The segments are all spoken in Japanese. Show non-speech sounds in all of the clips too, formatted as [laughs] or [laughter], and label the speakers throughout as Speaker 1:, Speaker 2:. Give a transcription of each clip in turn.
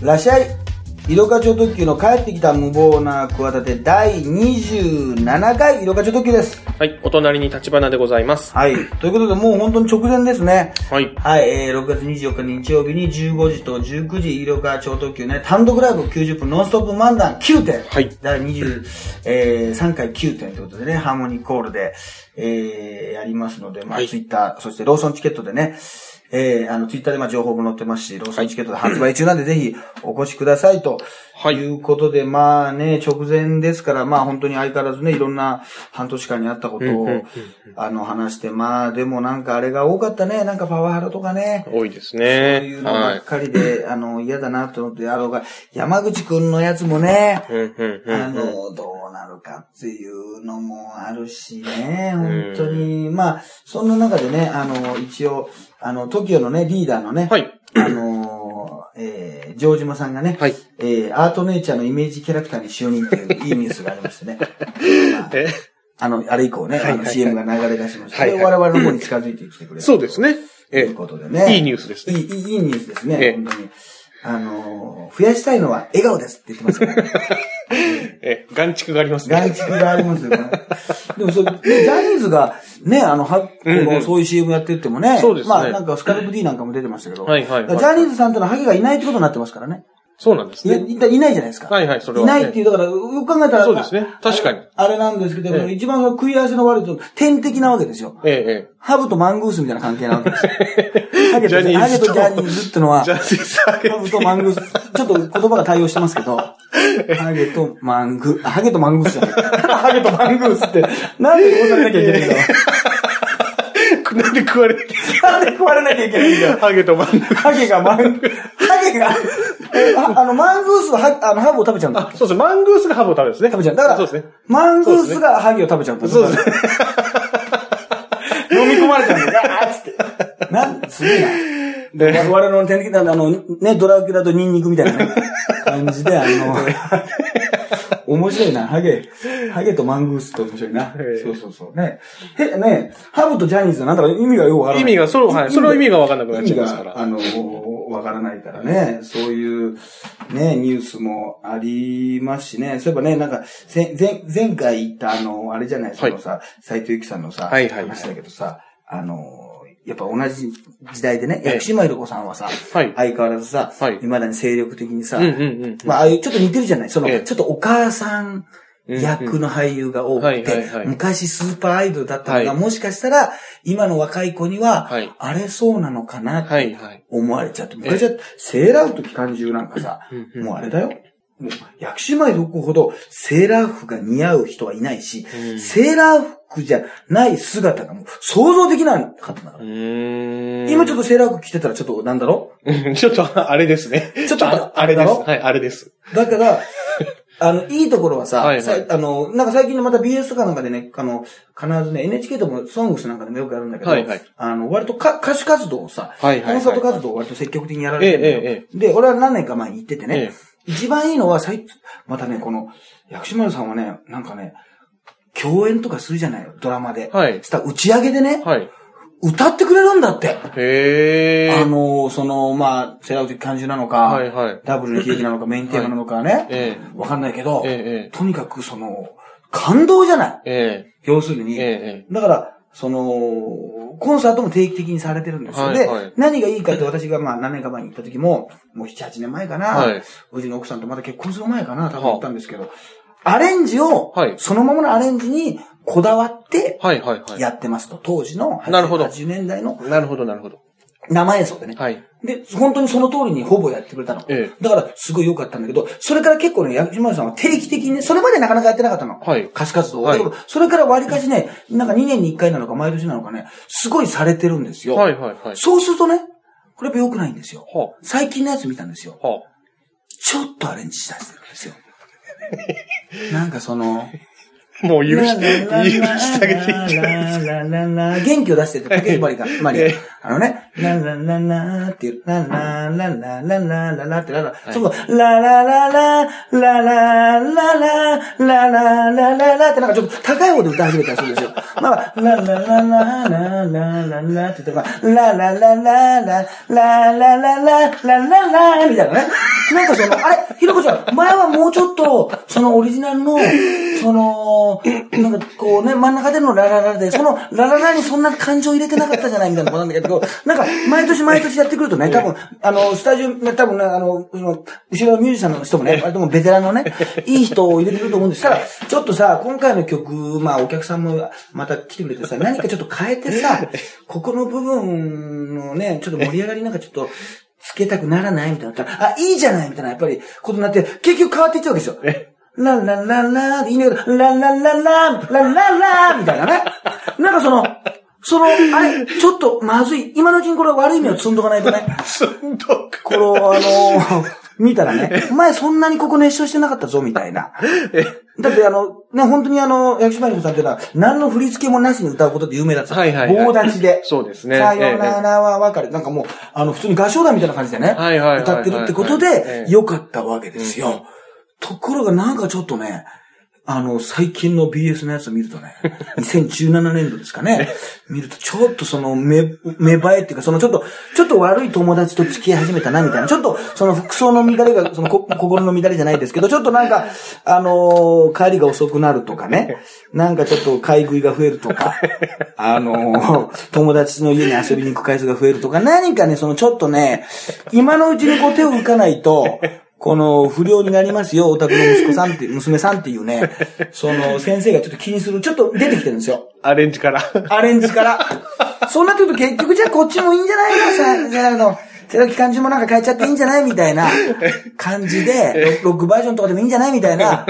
Speaker 1: らっしゃい井戸課長特急の帰ってきた無謀な企て第27回井戸課長特急です。
Speaker 2: はい、お隣に立花でございます。
Speaker 1: はい。ということで、もう本当に直前ですね。
Speaker 2: はい。
Speaker 1: はい、えー、6月24日日曜日に15時と19時、医療科超特急ね、単独ライブ90分ノンストップ漫談9点。
Speaker 2: はい
Speaker 1: 第23回9点ということでね、ハーモニーコールで、えー、やりますので、まあ、
Speaker 2: はい
Speaker 1: ツイッター、そしてローソンチケットでね、えー、あの、ツイッターでまあ情報も載ってますし、ローソンチケットで発売中なんで、ぜひお越しくださいと。
Speaker 2: はい
Speaker 1: いうことで、まあね、直前ですから、まあ本当に相変わらずね、いろんな半年間にあったこと
Speaker 2: うんうんうん
Speaker 1: を
Speaker 2: うん、
Speaker 1: あの話して、まあでもなんかあれが多かったね、なんかパワハラとかね。
Speaker 2: 多いです
Speaker 1: そうい
Speaker 2: ね
Speaker 1: う。のば
Speaker 2: は
Speaker 1: っ
Speaker 2: い。
Speaker 1: かりで、あの、嫌だなと思って、あろうが、山口くんのやつもね、
Speaker 2: うんうんう
Speaker 1: あ
Speaker 2: んうん。
Speaker 1: の、どうなるかっていうのもあるしね、本当に。まあ、そんな中でね、あの、一応、あの、TOKIO のね、リーダーのね、
Speaker 2: はい。
Speaker 1: あの、えー、城島さんがね、
Speaker 2: はい
Speaker 1: えー、アートネイチャーのイメージキャラクターに就任っていういいニュースがありましてね。 [laughs]
Speaker 2: え、
Speaker 1: あの、あれ以降ね、あの CM が流れ出しました。
Speaker 2: はい
Speaker 1: で、
Speaker 2: はい
Speaker 1: 我々の方に近づいてきてくれる。
Speaker 2: [laughs] そうですね。
Speaker 1: とい
Speaker 2: え
Speaker 1: う、ことでね。
Speaker 2: いいニュースですね
Speaker 1: いい、いいいいニュースですね。
Speaker 2: ええ
Speaker 1: 本当に。あのー、増やしたいのは笑顔ですって言ってますからね。
Speaker 2: え、眼蓄がありますね。
Speaker 1: 外注がありますよね。 [laughs] でもそれ、ジャニーズがね、あの、は、こ
Speaker 2: うんう
Speaker 1: の、
Speaker 2: ん
Speaker 1: そういう CM やってってもね。
Speaker 2: そうですね
Speaker 1: まあ、なんかスカルプ D なんかも出てましたけど。
Speaker 2: はいはいはい
Speaker 1: だからジャニーズさんとのハゲがいないってことになってますからね。
Speaker 2: そうなんです
Speaker 1: いや、
Speaker 2: ね。
Speaker 1: いたいないじゃないですか。
Speaker 2: はいはいそれはい
Speaker 1: ないっていう、だから、よく考えたら。
Speaker 2: そうですね確かに
Speaker 1: あれなんですけど、
Speaker 2: ええ
Speaker 1: 一番その食い合わせの悪いと、天敵なわけですよ。
Speaker 2: ええ、
Speaker 1: ハブとマングースみたいな関係なわけ
Speaker 2: [laughs]
Speaker 1: ですよ。ハゲ
Speaker 2: ジ
Speaker 1: と
Speaker 2: ャニーズと
Speaker 1: ハゲとジャニーズっての
Speaker 2: ええ。
Speaker 1: は、
Speaker 2: ジャニ
Speaker 1: ハ
Speaker 2: ーズハゲ
Speaker 1: ブとマングース、ちょっと言葉が対応してますけど、ハゲとマング、あハゲとマングースじゃない。ハゲとマングースって、なんで殺されなきゃいけないんだろ
Speaker 2: なんで食われてる
Speaker 1: う。なんで食われなきゃいけないんだよ。
Speaker 2: ハゲとマング
Speaker 1: ハゲがマン、ハゲが、ああの、マングースはハあのハブを食べちゃうんだ
Speaker 2: あ、。そうですね。マングースがハブを食べるんですね。
Speaker 1: 食べちゃう。だから、
Speaker 2: そうですね。
Speaker 1: マングースがハゲを食べちゃうんだ。
Speaker 2: そうですね。
Speaker 1: 飲み込まれちゃうんだよ。あーっつって。なん、すげえな。我
Speaker 2: で、
Speaker 1: 々の天敵なあの、ね、ドラキュラとニンニクみたいなね感じで、あ
Speaker 2: [laughs]
Speaker 1: の、面白いな、ハゲ。ハゲとマングースと面白いな
Speaker 2: え。え
Speaker 1: そうそうそう。ね。へ、ね、ハブとジャニーズはなんだか意味がよくわから
Speaker 2: 意
Speaker 1: ない。
Speaker 2: 味が、そう、はい。その意味がわかんなくなっちゃいますか
Speaker 1: 意味があ
Speaker 2: ら。
Speaker 1: の、わからないからね。そういう、ね、ニュースもありますしね。そういえばね、なんか、前、前、前回言ったあの、あれじゃない、そのさ、斎藤由貴さんのさ、
Speaker 2: はいはいはい
Speaker 1: 話だけどさ、あの、やっぱ同じ時代でね、
Speaker 2: ええ
Speaker 1: 薬師丸子さんはさ、
Speaker 2: はい
Speaker 1: 相変わらずさ、
Speaker 2: はい
Speaker 1: 未だに精力的にさ、
Speaker 2: うんうんうん。
Speaker 1: まあ、ああいう、ちょっと似てるじゃないその、
Speaker 2: ええ
Speaker 1: ちょっとお母さん役の俳優が多く
Speaker 2: うんうんはい
Speaker 1: て
Speaker 2: はいは、い
Speaker 1: 昔スーパーアイドルだったのが、
Speaker 2: はい
Speaker 1: もしかしたら、今の若い子には、
Speaker 2: はい
Speaker 1: あれそうなのかなっ
Speaker 2: は
Speaker 1: て
Speaker 2: いはい。
Speaker 1: 思われちゃって、昔は、セーラー服と期間中なんかさ
Speaker 2: うん、うん
Speaker 1: もうあれだよ。もう、薬師前どこほど、セーラー服が似合う人はいないし、
Speaker 2: うん
Speaker 1: セーラー服じゃない姿がもう想像できなかったんだから。
Speaker 2: うーん。
Speaker 1: 今ちょっとセーラー服着てたらちょっとなんだろ
Speaker 2: うんちょっと、あれですね。
Speaker 1: ちょっと
Speaker 2: ああれ
Speaker 1: だ
Speaker 2: です。
Speaker 1: ろ
Speaker 2: はい、あれです。
Speaker 1: だから、 [laughs] あの、いいところはさ、
Speaker 2: はいはい
Speaker 1: さあの、なんか最近のまた BS とかなんかでね、あの、必ずね、NHK でもソングスなんかでもよくやるんだけど、
Speaker 2: はいはい
Speaker 1: あの、割とか歌手活動をさ、
Speaker 2: はいはいはい
Speaker 1: コンサート活動を割と積極的にやられてるんだよ、
Speaker 2: えええ
Speaker 1: で、俺は何年か前に行っててね
Speaker 2: え、
Speaker 1: 一番いいのは最、またね、この、薬師丸さんはね、なんかね、共演とかするじゃないよ、ドラマで。
Speaker 2: はい
Speaker 1: したら打ち上げでね、
Speaker 2: はい。
Speaker 1: 歌ってくれるんだって。
Speaker 2: へ
Speaker 1: あ
Speaker 2: ー。
Speaker 1: の、その、まあ、セラウティック感じなのか、
Speaker 2: はいはい。
Speaker 1: ダブルのケーキなのか、メインテーマなのかね。
Speaker 2: え
Speaker 1: わかんないけど、
Speaker 2: ええ
Speaker 1: とにかくその、感動じゃない
Speaker 2: え
Speaker 1: 要する
Speaker 2: え
Speaker 1: に。
Speaker 2: え
Speaker 1: だから、その、コンサートも定期的にされてるんですよ。
Speaker 2: はいはい
Speaker 1: で、何がいいかって私がまあ何年か前に行った時も、もう7、8年前かな、
Speaker 2: はいう
Speaker 1: ちの奥さんとまだ結婚する前かな、多分行ったんですけど、アレンジを、
Speaker 2: はい
Speaker 1: そのままのアレンジにこだわって
Speaker 2: はいはいはい。
Speaker 1: やってますと、当時の
Speaker 2: なるほど
Speaker 1: 80年代の
Speaker 2: なるほどなるほど。
Speaker 1: 生演奏でね。
Speaker 2: はい。
Speaker 1: で、本当にその通りにほぼやってくれたの。
Speaker 2: え
Speaker 1: だから、すごい良かったんだけど、それから結構ね、薬師丸さんは定期的にね、それまでなかなかやってなかったの。
Speaker 2: はい
Speaker 1: 歌手活動を。
Speaker 2: はい
Speaker 1: だけどそれから割かしね、なんか2年に1回なのか、毎年なのかね、すごいされてるんですよ。
Speaker 2: はいはいはい。
Speaker 1: そうするとね、これやっぱ良くないんですよ。
Speaker 2: は
Speaker 1: 最近のやつ見たんですよ。
Speaker 2: あ、は [laughs]
Speaker 1: ちょっとアレンジしたりしてるんですよ。なんかその、
Speaker 2: もう許し、許してあげていいんじゃないですか。
Speaker 1: ララララ元気を出してて、竹内まりが、まり
Speaker 2: ええ、
Speaker 1: あのね、ララララっていう、ララララララララって、ララ、そこ、ラララララララララララララってなんかちょっと高い方で歌い始めたりするんですよ。まあ、ラララララララララって言っても、ララララララララララララみたいなね。なんかその、あれ、ひろこちゃん、前はもうちょっと、そのオリジナルの、その、なんかこうね、真ん中でのラララで、そのラララにそんな感情入れてなかったじゃないみたいなことなんだけど、なんか毎年毎年やってくるとね、多分、あの、スタジオ、ね、多分ね、あの、その後ろのミュージシャンの人もね、割ともうベテランのね、いい人を入れてくると思うんですから、ちょっとさ、今回の曲、まあお客さんもまた来てくれてさ、何かちょっと変えてさ、ここの部分のね、ちょっと盛り上がりなんかちょっと、つけたくならないみたいになったら、あ、いいじゃないみたいな、やっぱり、ことになって、結局変わっていっちゃうわけですよ。ランランランランって言いながら、ランランランラン、ランランランみたいなね。なんかその、その、あれ、ちょっとまずい。今のうちにこれ悪い目を積んどかないとね。
Speaker 2: すんどく。
Speaker 1: これをあのー見たらね、
Speaker 2: [laughs]
Speaker 1: 前そんなにここ熱唱してなかったぞ、みたいな。だってあの、ね、本当にあの、薬師丸ひろさんっていうのは、何の振り付けもなしに歌うことで有名だった。
Speaker 2: はいはいはい
Speaker 1: 棒立ちで。
Speaker 2: そうですね
Speaker 1: さよならは別れ。なんかもう、あの、普通に合唱団みたいな感じでね、
Speaker 2: はいはいはいはい
Speaker 1: 歌ってるってこと
Speaker 2: え
Speaker 1: で、
Speaker 2: え
Speaker 1: 良かったわけですよ。ところがなんかちょっとね、あの、最近の BS のやつを見るとね、2017年度ですかね、見るとちょっとその、め、芽生えっていうか、そのちょっと、ちょっと悪い友達と付き合い始めたな、みたいな。ちょっと、その服装の乱れが、そのこ心の乱れじゃないですけど、ちょっとなんか、あのー帰りが遅くなるとかね、なんかちょっと買い食いが増えるとか、あのー友達の家に遊びに行く回数が増えるとか、何かね、そのちょっとね、今のうちにこう手を抜かないと、この不良になりますよ、お宅の息子さんって、娘さんっていうね、その先生がちょっと気にする、ちょっと出てきてるんですよ。
Speaker 2: アレンジから。
Speaker 1: アレンジから。そうなってくると結局じゃあこっちもいいんじゃないのさ、じゃああの、寺木漢字もなんか変えちゃっていいんじゃないみたいな感じで、ロロックバージョンとかでもいいんじゃないみたいな、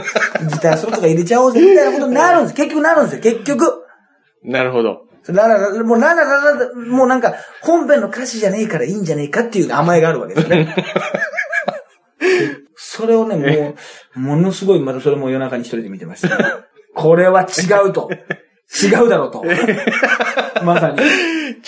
Speaker 1: ギターソロとか入れちゃおうぜ、みたいなことになるんです。結局なるんですよ、結局。
Speaker 2: なるほど。
Speaker 1: ラララ、もうララララ、もうなんか、本編の歌詞じゃねえからいいんじゃねえかっていう甘えがあるわけです
Speaker 2: [laughs]
Speaker 1: ね。それをね、もう、ものすごい、またそれも夜中に一人で見てました。これは違うと。違うだろうと。 [laughs] まさに。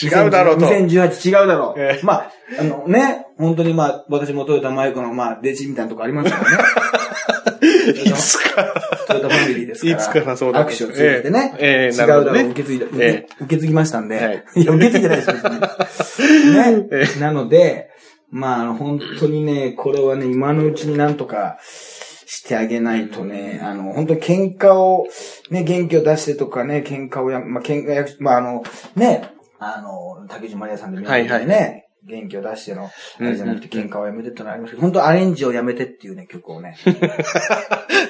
Speaker 2: 違うだろうと。
Speaker 1: 2018違うだろう。
Speaker 2: ええ
Speaker 1: まあ、あのね、本当にまあ、私もトヨタマイクのまあ、弟子みたいなとこありますからね。
Speaker 2: いつから。
Speaker 1: トヨタファミリーですから。
Speaker 2: いつからそうだ
Speaker 1: 握手をついてね。
Speaker 2: ええええ
Speaker 1: 違うだ
Speaker 2: なるほ
Speaker 1: ろ
Speaker 2: ど
Speaker 1: う
Speaker 2: ね、
Speaker 1: 受け継いだ、受け
Speaker 2: え
Speaker 1: 受け継ぎましたんで。
Speaker 2: はい
Speaker 1: い、や、受け継いでないです別にね。
Speaker 2: [laughs] え
Speaker 1: なので、まああの、本当にね、これはね、今のうちになんとかしてあげないとね、あの、本当に喧嘩を、ね、元気を出してとかね、喧嘩をや、まあ、喧嘩や、まああの、ね、あの、竹内まりやさんで見てね、
Speaker 2: はいは
Speaker 1: 元気を出しての、あれじゃなくて喧嘩をやめてってのはありますけど、本当アレンジをやめてっていうね、曲をね。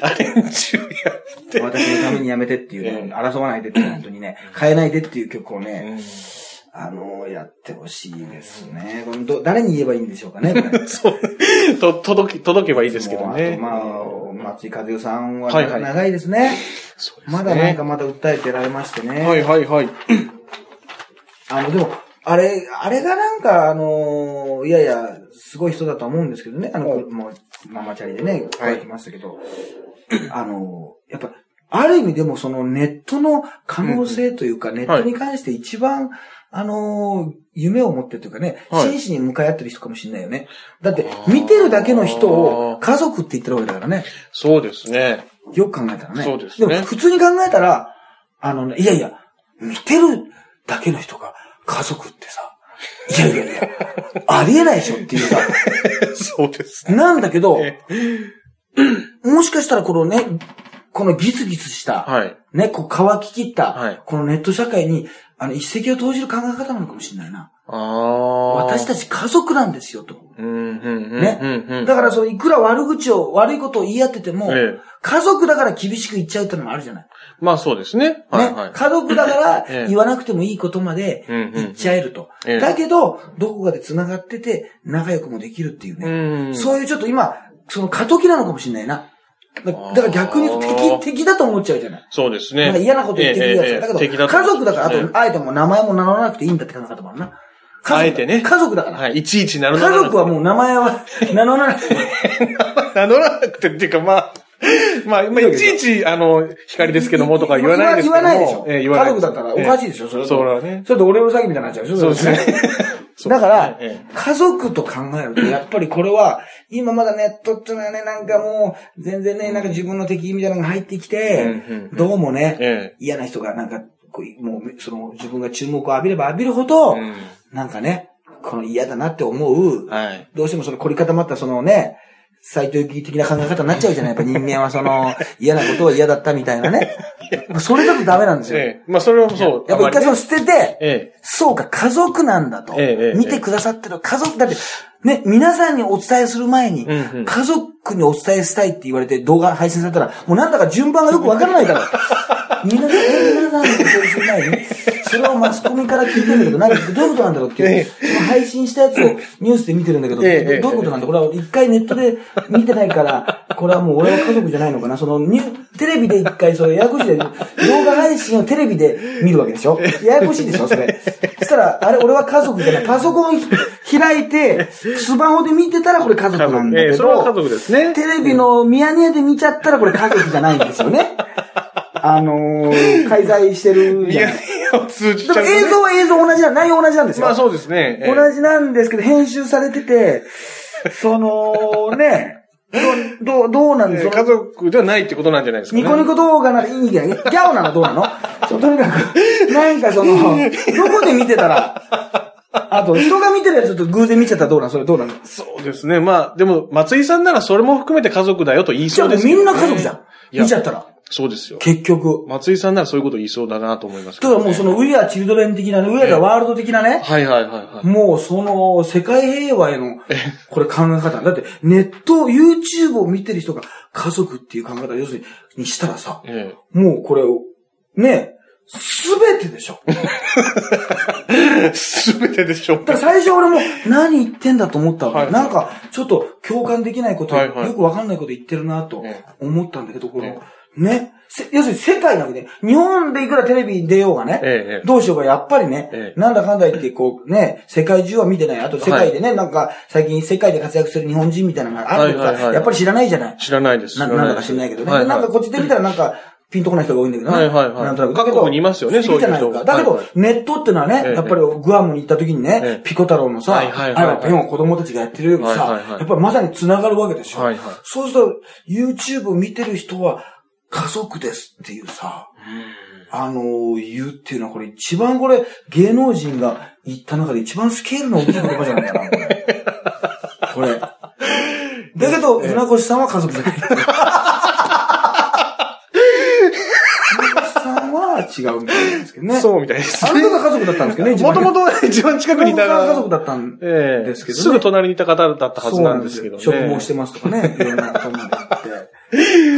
Speaker 2: アレンジをやって。
Speaker 1: 私のためにやめてっていうね、争わないでって、本当にね、変えないでっていう曲をね、あのやってほしいですね。これど誰に言えばいいんでしょうかね、これ。
Speaker 2: [laughs] そう。と、届き、届けばいいですけどね。
Speaker 1: もうあとまあ、松井和代さんは
Speaker 2: はいはい
Speaker 1: 長いですね。
Speaker 2: そうですね
Speaker 1: まだなんかまだ訴えてられましてね。
Speaker 2: はいはいはい。
Speaker 1: あの、でも、あれ、あれがなんか、あのーいやいや、すごい人だとは思うんですけどね。あの、
Speaker 2: はい
Speaker 1: もう、ママチャリでね、書いてましたけど、 [clears throat] あのーやっぱ、ある意味でもそのネットの可能性というか、ネットに関して一番、あのー夢を持ってというかね、
Speaker 2: はい
Speaker 1: 真摯に向かい合ってる人かもしれないよね。だって、見てるだけの人を
Speaker 2: あー
Speaker 1: 家族って言ってるわけだからね。
Speaker 2: そうですね。
Speaker 1: よく考えたらね。
Speaker 2: そうですね
Speaker 1: も普通に考えたら、あのね、いやいや、見てるだけの人が家族ってさ、いやいやいや、ありえないでしょっていう
Speaker 2: [laughs]
Speaker 1: さ、
Speaker 2: そうですね。
Speaker 1: なんだけど、
Speaker 2: え
Speaker 1: もしかしたらこのね、このギスギスした、
Speaker 2: はい。
Speaker 1: ね、こう乾ききった、
Speaker 2: はい
Speaker 1: このネット社会に、あの、一石を投じる考え方なのかもしれないな。
Speaker 2: ああ。
Speaker 1: 私た
Speaker 2: ち。
Speaker 1: ち家族なんですよ、と。
Speaker 2: うん、うん、うん。
Speaker 1: ね
Speaker 2: うん、うん。
Speaker 1: だから、その、いくら悪口を、悪いことを言い合ってても、
Speaker 2: ええ
Speaker 1: 家族だから厳しく言っちゃうってのもあるじゃない。
Speaker 2: まあそうですね。
Speaker 1: ね、
Speaker 2: はい、はい。
Speaker 1: 家族だか
Speaker 2: え
Speaker 1: ら
Speaker 2: え
Speaker 1: 言わなくてもいいことまで
Speaker 2: うんうん
Speaker 1: 言っちゃえると。
Speaker 2: ええ
Speaker 1: だけど、どこかで繋がってて仲良くもできるっていう
Speaker 2: う
Speaker 1: ね。
Speaker 2: ん。
Speaker 1: そういうちょっと今、その過渡期なのかもしれないな。だだ
Speaker 2: あー
Speaker 1: から逆に言うと敵、敵だと思っちゃうじゃない。
Speaker 2: そうです
Speaker 1: なんか
Speaker 2: ね。
Speaker 1: 嫌なこと言ってくるやつ
Speaker 2: ええええ
Speaker 1: だ。だけ
Speaker 2: 敵
Speaker 1: ど、
Speaker 2: と
Speaker 1: 家族だから、あ
Speaker 2: え
Speaker 1: と、あえてもう名前も名乗らなくていいんだって考え方もあるな。家族
Speaker 2: あえてね
Speaker 1: 家族だか
Speaker 2: え
Speaker 1: ら。
Speaker 2: はい。いちいちなる [laughs]
Speaker 1: 家族はもう名前は名乗らなくて。
Speaker 2: 名乗らなくてっていうか、まあ、まあ、まあ、いちいち、あの、光ですけどもとか言わないですけ
Speaker 1: 言
Speaker 2: ども
Speaker 1: わないでしょ。
Speaker 2: ええ言わない
Speaker 1: 家族だったらおかしいでしょ、それ
Speaker 2: ええそうだね。
Speaker 1: それと俺の詐欺みたいになっちゃうでしょ、
Speaker 2: そうですね
Speaker 1: れ。だ
Speaker 2: [laughs]
Speaker 1: から
Speaker 2: ええ、
Speaker 1: 家族と考え
Speaker 2: [laughs]
Speaker 1: ると、やっぱりこれは、今まだネットってのはね、なんかもう、全然ね、なんか自分の敵みたいなのが入ってきて
Speaker 2: うんうんう、ん
Speaker 1: どうもね、
Speaker 2: え
Speaker 1: 嫌な人がなんか、こうもう、その、自分が注目を浴びれば浴びるほど
Speaker 2: え。う、ん。
Speaker 1: なんかね、この嫌だなって思う、
Speaker 2: はい。
Speaker 1: どうしてもその凝り固まったそのね、斎藤幸的な考え方になっちゃうじゃないやっぱ人間はそ
Speaker 2: [laughs]
Speaker 1: の、嫌なことは嫌だったみたいなね。それだとダメなんですよ。やっ
Speaker 2: ええ。まあ、それはそう。
Speaker 1: ぱ一回そ
Speaker 2: あまりね
Speaker 1: の捨てて、
Speaker 2: え
Speaker 1: そうか、家族なんだと
Speaker 2: ええええ。
Speaker 1: 見てくださってる家族、だって、ね、皆さんにお伝えする前に、
Speaker 2: うんうん
Speaker 1: 家族にお伝えしたいって言われて動画配信されたら、もうなんだか順番がよくわからない
Speaker 2: [laughs]
Speaker 1: から。みんなで、え皆さんにお伝えする前に、それをマスコミから聞いてんだけど、なんかどういうことなんだろうっていう、
Speaker 2: え
Speaker 1: その配信したやつをニュースで見てるんだけど、
Speaker 2: ええええ
Speaker 1: どういうことなんだこれは一回ネットで見てない
Speaker 2: [laughs]
Speaker 1: から、これはもう俺は家族じゃないのかなそのニュテレビで一回、それややこしいで、動画配信をテレビで見るわけでしょややこしいでしょそれ。そしたら、あれ俺は家族じゃない。パソコンひ開いて、スマホで見てたらこれ家
Speaker 2: え。
Speaker 1: 族なんだ
Speaker 2: え
Speaker 1: け
Speaker 2: え、それは家
Speaker 1: ど、
Speaker 2: 族ですね。
Speaker 1: テレビのミヤネ屋で見ちゃったらこれ家族じゃないんですよ
Speaker 2: [laughs]
Speaker 1: ね。あのー、介在してる
Speaker 2: い
Speaker 1: じゃ
Speaker 2: や
Speaker 1: ない
Speaker 2: いや、通じ
Speaker 1: で
Speaker 2: ち
Speaker 1: も
Speaker 2: ゃうとね。
Speaker 1: 映像は映像同じなん、内容同じなんですよ。
Speaker 2: まあ、そうですね。ええ
Speaker 1: 同じなんですけど、編集されてて、そのね、ど、どう、どうなんで
Speaker 2: え
Speaker 1: す
Speaker 2: え
Speaker 1: か
Speaker 2: 家族ではないってことなんじゃないですかね。
Speaker 1: ニコニコ動画ならいいんじゃないギャオなのどうなのそうとにかく、なんかその、どこで見てたら、あと、人が見てるやつと偶然見ちゃったらどうなのそれどうなの
Speaker 2: そうですね。まあ、でも、松井さんならそれも含めて家族だよと言い
Speaker 1: じゃ
Speaker 2: そ
Speaker 1: あ
Speaker 2: う
Speaker 1: も
Speaker 2: で
Speaker 1: う
Speaker 2: すけ
Speaker 1: み
Speaker 2: どね
Speaker 1: んな家族じゃん。
Speaker 2: いや
Speaker 1: 見ちゃったら。
Speaker 2: そうですよ。
Speaker 1: 結局。
Speaker 2: 松井さんならそういうこと言いそうだなと思いますけ
Speaker 1: ただ
Speaker 2: ど
Speaker 1: も
Speaker 2: ね、
Speaker 1: うその、ウィア・チルドレン的なね、ウィア・ザ・ワールド的なね、
Speaker 2: はいはいはいはい。
Speaker 1: もうその、世界平和への、これ考え方。だって、ネット、YouTube を見てる人が家族っていう考え方、要するに、にしたらさ、
Speaker 2: え
Speaker 1: もうこれを、ね、すべてでし
Speaker 2: [laughs]
Speaker 1: ょ。
Speaker 2: え。すべてでしょう
Speaker 1: だから最初俺も何言ってんだと思ったわけ。
Speaker 2: はいはい
Speaker 1: なんか、ちょっと共感できないこと、
Speaker 2: はいはい
Speaker 1: よくわかんないこと言ってるなと
Speaker 2: え
Speaker 1: 思ったんだけど、こ
Speaker 2: え
Speaker 1: の、ね、せ要するに世界なわけで、日本でいくらテレビに出ようがね、
Speaker 2: ええ
Speaker 1: どうしようか、やっぱりね、
Speaker 2: ええ
Speaker 1: なんだかんだ言って、こうね、世界中は見てない。あと世界でね、なんか、最近世界で活躍する日本人みたいなのがあるけどさ、
Speaker 2: はいはいはい
Speaker 1: やっぱり知らないじゃない。
Speaker 2: 知らないです。
Speaker 1: ななんだか知らないけどね。
Speaker 2: は
Speaker 1: で
Speaker 2: い
Speaker 1: なんか
Speaker 2: は
Speaker 1: こっちで見たらなんか、ピンとこない人が多いんだけどね。
Speaker 2: はいはいはい
Speaker 1: なんとなく。だけど
Speaker 2: 各国にいますよね
Speaker 1: 好きじゃない
Speaker 2: そういう
Speaker 1: か。
Speaker 2: 人
Speaker 1: だけど、
Speaker 2: はいはい
Speaker 1: ネットってのはね、
Speaker 2: ええ
Speaker 1: やっぱりグアムに行った時にね、
Speaker 2: ええ
Speaker 1: ピコ太郎のさ、
Speaker 2: はいはいはい
Speaker 1: あのペンを子供たちがやってるよりさ、
Speaker 2: はいはいはい
Speaker 1: やっぱりまさに繋がるわけでしょ。
Speaker 2: はいはい
Speaker 1: そうすると、YouTube を見てる人は、家族ですっていうさ、あのー、言うっていうのはこれ一番これ、芸能人が言った中で一番スケールの大きい言葉じゃないかな、これ。これ。だけど、船越さんは家族じゃない。船越さんは違うんですけど
Speaker 2: い。
Speaker 1: ね。
Speaker 2: そうみたいです。
Speaker 1: あの人が家族だったんですけどね、一
Speaker 2: も
Speaker 1: 番
Speaker 2: ともと一番近くにい
Speaker 1: 船
Speaker 2: た。
Speaker 1: 越さんは家族だったん
Speaker 2: ええ
Speaker 1: ですけどね
Speaker 2: すぐ隣にいた方だったはずなんですけどね。
Speaker 1: そうなんですよ植毛してますとかね。いろんな方まで言っ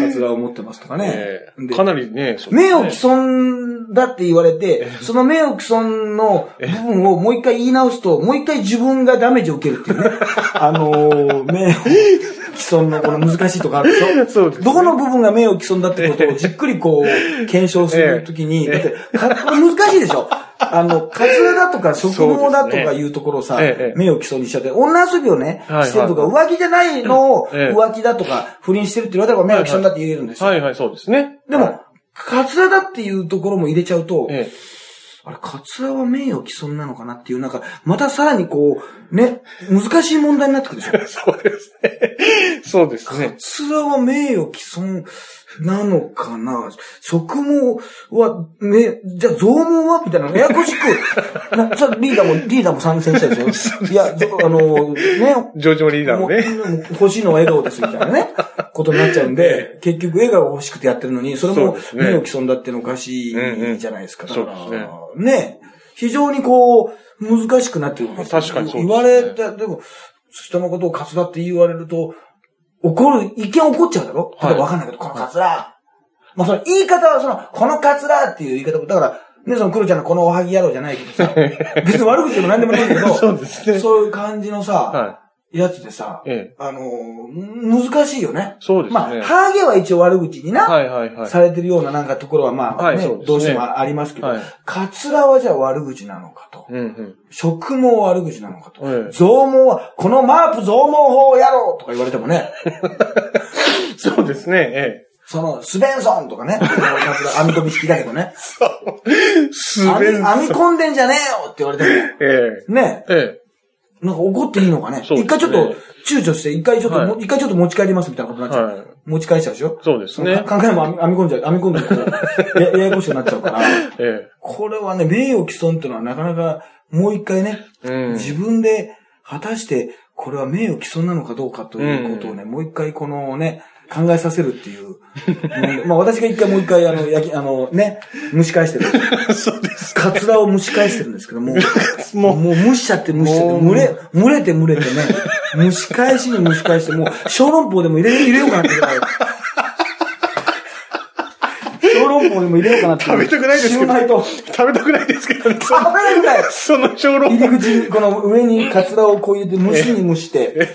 Speaker 1: て、カツラを持ってますとかね
Speaker 2: え。え
Speaker 1: で
Speaker 2: かなりね、そう
Speaker 1: 名誉毀損だって言われて、その名誉毀損の部分をもう一回言い直すと、もう一回自分がダメージを受けるって
Speaker 2: [laughs]
Speaker 1: いうね。あのー、名誉毀損のこの難しいとこあるでしょ
Speaker 2: [laughs] そうですね
Speaker 1: どこの部分が名誉毀損だってことをじっくりこう、検証するときに、だ
Speaker 2: え
Speaker 1: っ
Speaker 2: え
Speaker 1: て、か難しいでしょあの、カツラだとか、食毛だと
Speaker 2: そうです
Speaker 1: か
Speaker 2: ね
Speaker 1: いうところをさ、
Speaker 2: ええ
Speaker 1: 名誉毀損にしちゃって、女遊びをね、
Speaker 2: はいはい
Speaker 1: してるとか、浮気じゃないのを
Speaker 2: ええ
Speaker 1: 浮気だとか、不倫してるって言われたら名誉毀損だって言えるんですよ。
Speaker 2: はいはい、そうですね。
Speaker 1: でも、カツラだっていうところも入れちゃうと、
Speaker 2: ええ、
Speaker 1: あれ、カツラは名誉毀損なのかなっていう、なんか、またさらにこう、ね、難しい問題になってくるでし
Speaker 2: [laughs]
Speaker 1: ょ。
Speaker 2: そうですね。そうです
Speaker 1: カ [laughs]
Speaker 2: ね。
Speaker 1: ツラは名誉毀損なのかな食毛は、ね、じゃあ増毛はみたいな、ややこし
Speaker 2: [laughs]
Speaker 1: く、なさリーダーも、リーダーも参戦したでしょ。いや、ぞあの、ね、
Speaker 2: ジョジョリーダー
Speaker 1: も
Speaker 2: の
Speaker 1: う
Speaker 2: ね。
Speaker 1: 欲しいのは笑顔ですみたいなね、
Speaker 2: [laughs]
Speaker 1: ことになっちゃうんで、結局笑顔が欲しくてやってるのに、それ
Speaker 2: そう
Speaker 1: も
Speaker 2: ですね
Speaker 1: 名誉毀損だってのおかし
Speaker 2: うんう
Speaker 1: い
Speaker 2: ん
Speaker 1: じゃないですか。だ
Speaker 2: そう
Speaker 1: か
Speaker 2: ですね
Speaker 1: ら、ね、非常にこう、難しくなってるわけですよ
Speaker 2: 確かにそう
Speaker 1: 言
Speaker 2: ですね
Speaker 1: われた、でも、人のことをカツラって言われると、怒る、一見怒っちゃうだろ
Speaker 2: は
Speaker 1: 例
Speaker 2: い
Speaker 1: えばわかんないけど、このカツラ。まあその言い方はその、このカツラっていう言い方も、だから、ね、その黒ちゃんのこのおはぎ野郎じゃないけど
Speaker 2: [laughs]
Speaker 1: さ、別に悪口でも何でもないけど、
Speaker 2: そうですね
Speaker 1: そういう感じのさ、
Speaker 2: は
Speaker 1: やつでさ、
Speaker 2: ええ
Speaker 1: あのー、難しいよね。
Speaker 2: そうですね
Speaker 1: まあ、ハーゲは一応悪口にな、
Speaker 2: い。はいはいはい。
Speaker 1: されてるようななんかところはまあ、
Speaker 2: はい
Speaker 1: ね
Speaker 2: そうですね
Speaker 1: どうしてもありますけど、
Speaker 2: はい
Speaker 1: カツラはじゃあ悪口なのかと。
Speaker 2: うんうん。
Speaker 1: 食毛は悪口なのかと。
Speaker 2: ええ
Speaker 1: 増毛は、
Speaker 2: [laughs]
Speaker 1: このマープ増毛法をやろうとか言われてもね、
Speaker 2: そうですね。え
Speaker 1: その、スベンソンとかね。編み込み好きだけどね。
Speaker 2: す
Speaker 1: 編み、
Speaker 2: べん
Speaker 1: 編み込んでんじゃねえよって言われて
Speaker 2: ええ。
Speaker 1: も。ね。
Speaker 2: ええ。
Speaker 1: なんか怒っていいのかね。
Speaker 2: そうですね
Speaker 1: 一回ちょっと、躊躇して、一回ちょっとも、
Speaker 2: は
Speaker 1: 一回ちょっと持ち帰りますみたいなことになっちゃう。
Speaker 2: はい
Speaker 1: 持ち帰しちゃうでしょ
Speaker 2: そうですね
Speaker 1: か考えも編み編み込んじゃう、編み込んでるから、やややこしくなっちゃうから。
Speaker 2: [laughs] え
Speaker 1: これはね、名誉毀損っていうのはなかなか、もう一回ね、
Speaker 2: え。うん。
Speaker 1: 自分で、果たして、これは名誉毀損なのかどうかということをね、もう一回このね、考えさせるっていう。うんまあ私が一回もう一回、あの、焼き、あのね、蒸し返してる。
Speaker 2: そうです。
Speaker 1: カツラを蒸し返してるんですけども、も
Speaker 2: も
Speaker 1: う、蒸しちゃって蒸しちゃって、
Speaker 2: もう
Speaker 1: 蒸れ、蒸れて蒸れてね、蒸し返しに蒸し返して、もう、小籠包でも入れ、入れようかなってぐらい。小籠包でも入れようかなって。
Speaker 2: 食べたくないですけど
Speaker 1: シューマイと、
Speaker 2: 食べたくないですけどね。そ
Speaker 1: 食べ
Speaker 2: の
Speaker 1: ないぐらい。
Speaker 2: その小籠包。
Speaker 1: 入り口に、この上にカツラをこう入れて、蒸しに蒸して、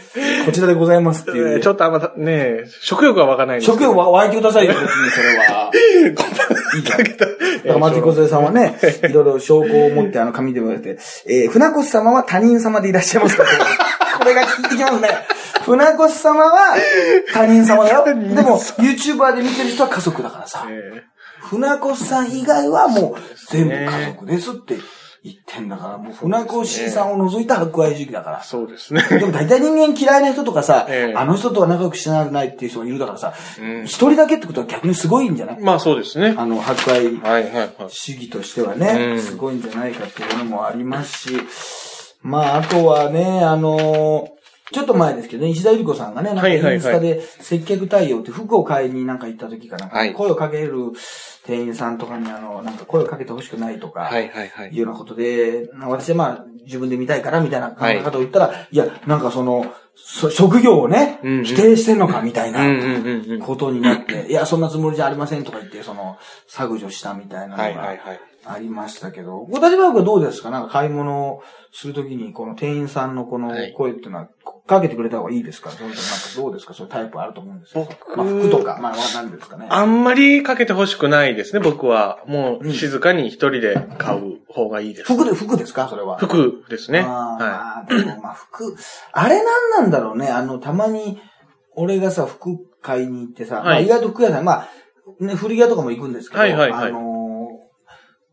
Speaker 1: こちらでございますっていう
Speaker 2: え
Speaker 1: ね。
Speaker 2: えちょっとあんまた、ねえ、食欲は湧かないですけど。
Speaker 1: 食欲は湧いてくださいよ、別にそれ [laughs] は。いいじゃん。だから、松井小杉さんはね、いろいろ証拠を持って、あの、紙で言われて、えー、船越様は他人様でいらっしゃいますかこれが聞いてきますね。船越様は他人様だよ。でも、YouTuber で見てる人は家族だからさ。
Speaker 2: え
Speaker 1: 船越さん以外はもう全部家族ですって言ってんだから、もう船越さんを除いた博愛主義だから
Speaker 2: え。そうですね。
Speaker 1: [laughs] でも大体人間嫌いな人とかさ、
Speaker 2: ええ
Speaker 1: あの人とは仲良くしなくないっていう人もいるだからさ、
Speaker 2: うん
Speaker 1: 一人だけってことは逆にすごいんじゃない
Speaker 2: [laughs] まあそうですね。
Speaker 1: あの、博愛
Speaker 2: はいはいはい。
Speaker 1: 主義としてはね、
Speaker 2: うん
Speaker 1: すごいんじゃないかっていうのもありますし、まあ、あとはね、あのちょっと前ですけどね、石田ゆり子さんがね、なんか
Speaker 2: はい
Speaker 1: イン
Speaker 2: はいはい
Speaker 1: スタで接客対応って服を買いになんか行った時かなんか、
Speaker 2: はい
Speaker 1: 声をかける店員さんとかにあの、なんか声をかけてほしくないとか、。
Speaker 2: はいはいはいいう
Speaker 1: ようなことで、な私はまあ、自分で見たいから、みたいな考え方を言ったら、い、や、なんかその、そ職業をね、
Speaker 2: うんうん
Speaker 1: 否定してんのか、みたいな
Speaker 2: うんうんうんうん。
Speaker 1: ことになって、いや、そんなつもりじゃありませんとか言って、その、削除したみたいなの
Speaker 2: はいはい
Speaker 1: が
Speaker 2: はい。
Speaker 1: ありましたけど、ご立場はどうですかなんか買い物をするときに、この店員さんのこの
Speaker 2: はい
Speaker 1: 声っていうのは、こかけてくれた方がいいですかそれともなんかどうですかそういうタイプあると思うんですけど。
Speaker 2: 僕
Speaker 1: まあ、服とか、まあ、何ですかね。
Speaker 2: あんまりかけてほしくないですね、僕は。もう静かに一人で買う方がいいです。
Speaker 1: 服で、服ですかそれは。
Speaker 2: 服ですね。
Speaker 1: あ
Speaker 2: は
Speaker 1: ーまあ、でもまあ服、あれなんなんだろうね。あの、たまに、俺がさ、服買いに行ってさ、
Speaker 2: はい
Speaker 1: まあ意外と服屋さん、まあ、ね、古着屋とかも行くんですけど、
Speaker 2: はいはいは
Speaker 1: あ
Speaker 2: い
Speaker 1: のー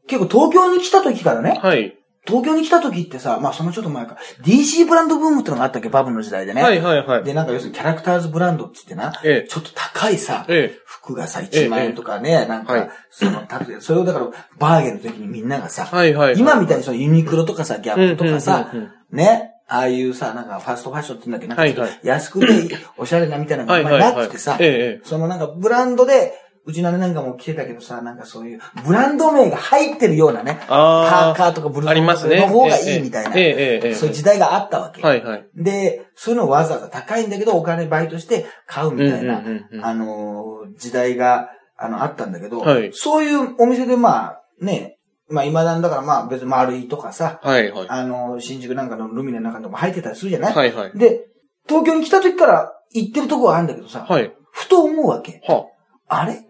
Speaker 1: 結構東京に来た時から
Speaker 2: い。
Speaker 1: ね、
Speaker 2: はい。
Speaker 1: 東京に来た時ってさ、まあそのちょっと前か、DC ブランドブームってのがあったっけ、バブの時代でね。
Speaker 2: はいはいはい。
Speaker 1: で、なんか要するにキャラクターズブランドって言ってな、
Speaker 2: ええ
Speaker 1: ちょっと高いさ、
Speaker 2: え
Speaker 1: 服がさ、1万円とかね、なん
Speaker 2: はい
Speaker 1: か、その、たとえそれをだから、バーゲンの時にみんながさ
Speaker 2: え。、はいはいはい。
Speaker 1: 今みたいにそのユニクロとかさ、ギャップとかさ
Speaker 2: うんうんうん、
Speaker 1: ね、ああいうさ、なんかファストファッションって言うんだけど、な
Speaker 2: は
Speaker 1: ん
Speaker 2: いは
Speaker 1: か安くておしゃれなみたいなのが
Speaker 2: は
Speaker 1: あん
Speaker 2: い
Speaker 1: ま
Speaker 2: はい
Speaker 1: り
Speaker 2: は
Speaker 1: ないくてさ、
Speaker 2: ええ
Speaker 1: そのなんかブランドで、うちの姉なんかも着てたけどさ、なんかそういう、ブランド名が入ってるようなね、パ
Speaker 2: あ
Speaker 1: ー
Speaker 2: ー
Speaker 1: カーとかブルゾ
Speaker 2: あり
Speaker 1: ン
Speaker 2: ま
Speaker 1: とか
Speaker 2: すね
Speaker 1: の方が
Speaker 2: え
Speaker 1: いい
Speaker 2: え
Speaker 1: みたいな、
Speaker 2: ええええええ
Speaker 1: そういう時代があったわけ。
Speaker 2: はいはい。
Speaker 1: で、そういうのをわざわざ高いんだけど、お金バイトして買うみたいな
Speaker 2: うんうんうんう、ん
Speaker 1: あのー時代が、あの、あったんだけど、
Speaker 2: はい
Speaker 1: そういうお店でまあ、ね、まあ今なんだからまあ別に丸いとかさ、
Speaker 2: はいはい。
Speaker 1: あのー新宿なんかのルミネの中でも入ってたりするじゃない、
Speaker 2: はいはい。
Speaker 1: で、東京に来た時から行ってるとこはあるんだけどさ、
Speaker 2: はい。
Speaker 1: ふと思うわけ。
Speaker 2: は
Speaker 1: あれ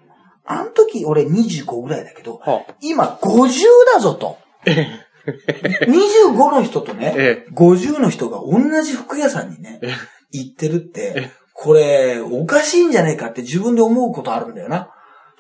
Speaker 1: あの時俺25ぐらいだけど、
Speaker 2: あ、はあ。
Speaker 1: 今50だぞと。25の人とね
Speaker 2: え、
Speaker 1: 50の人が同じ服屋さんにね
Speaker 2: え、
Speaker 1: 行ってるって
Speaker 2: え、
Speaker 1: これ、おかしいんじゃないかって自分で思うことあるんだよな。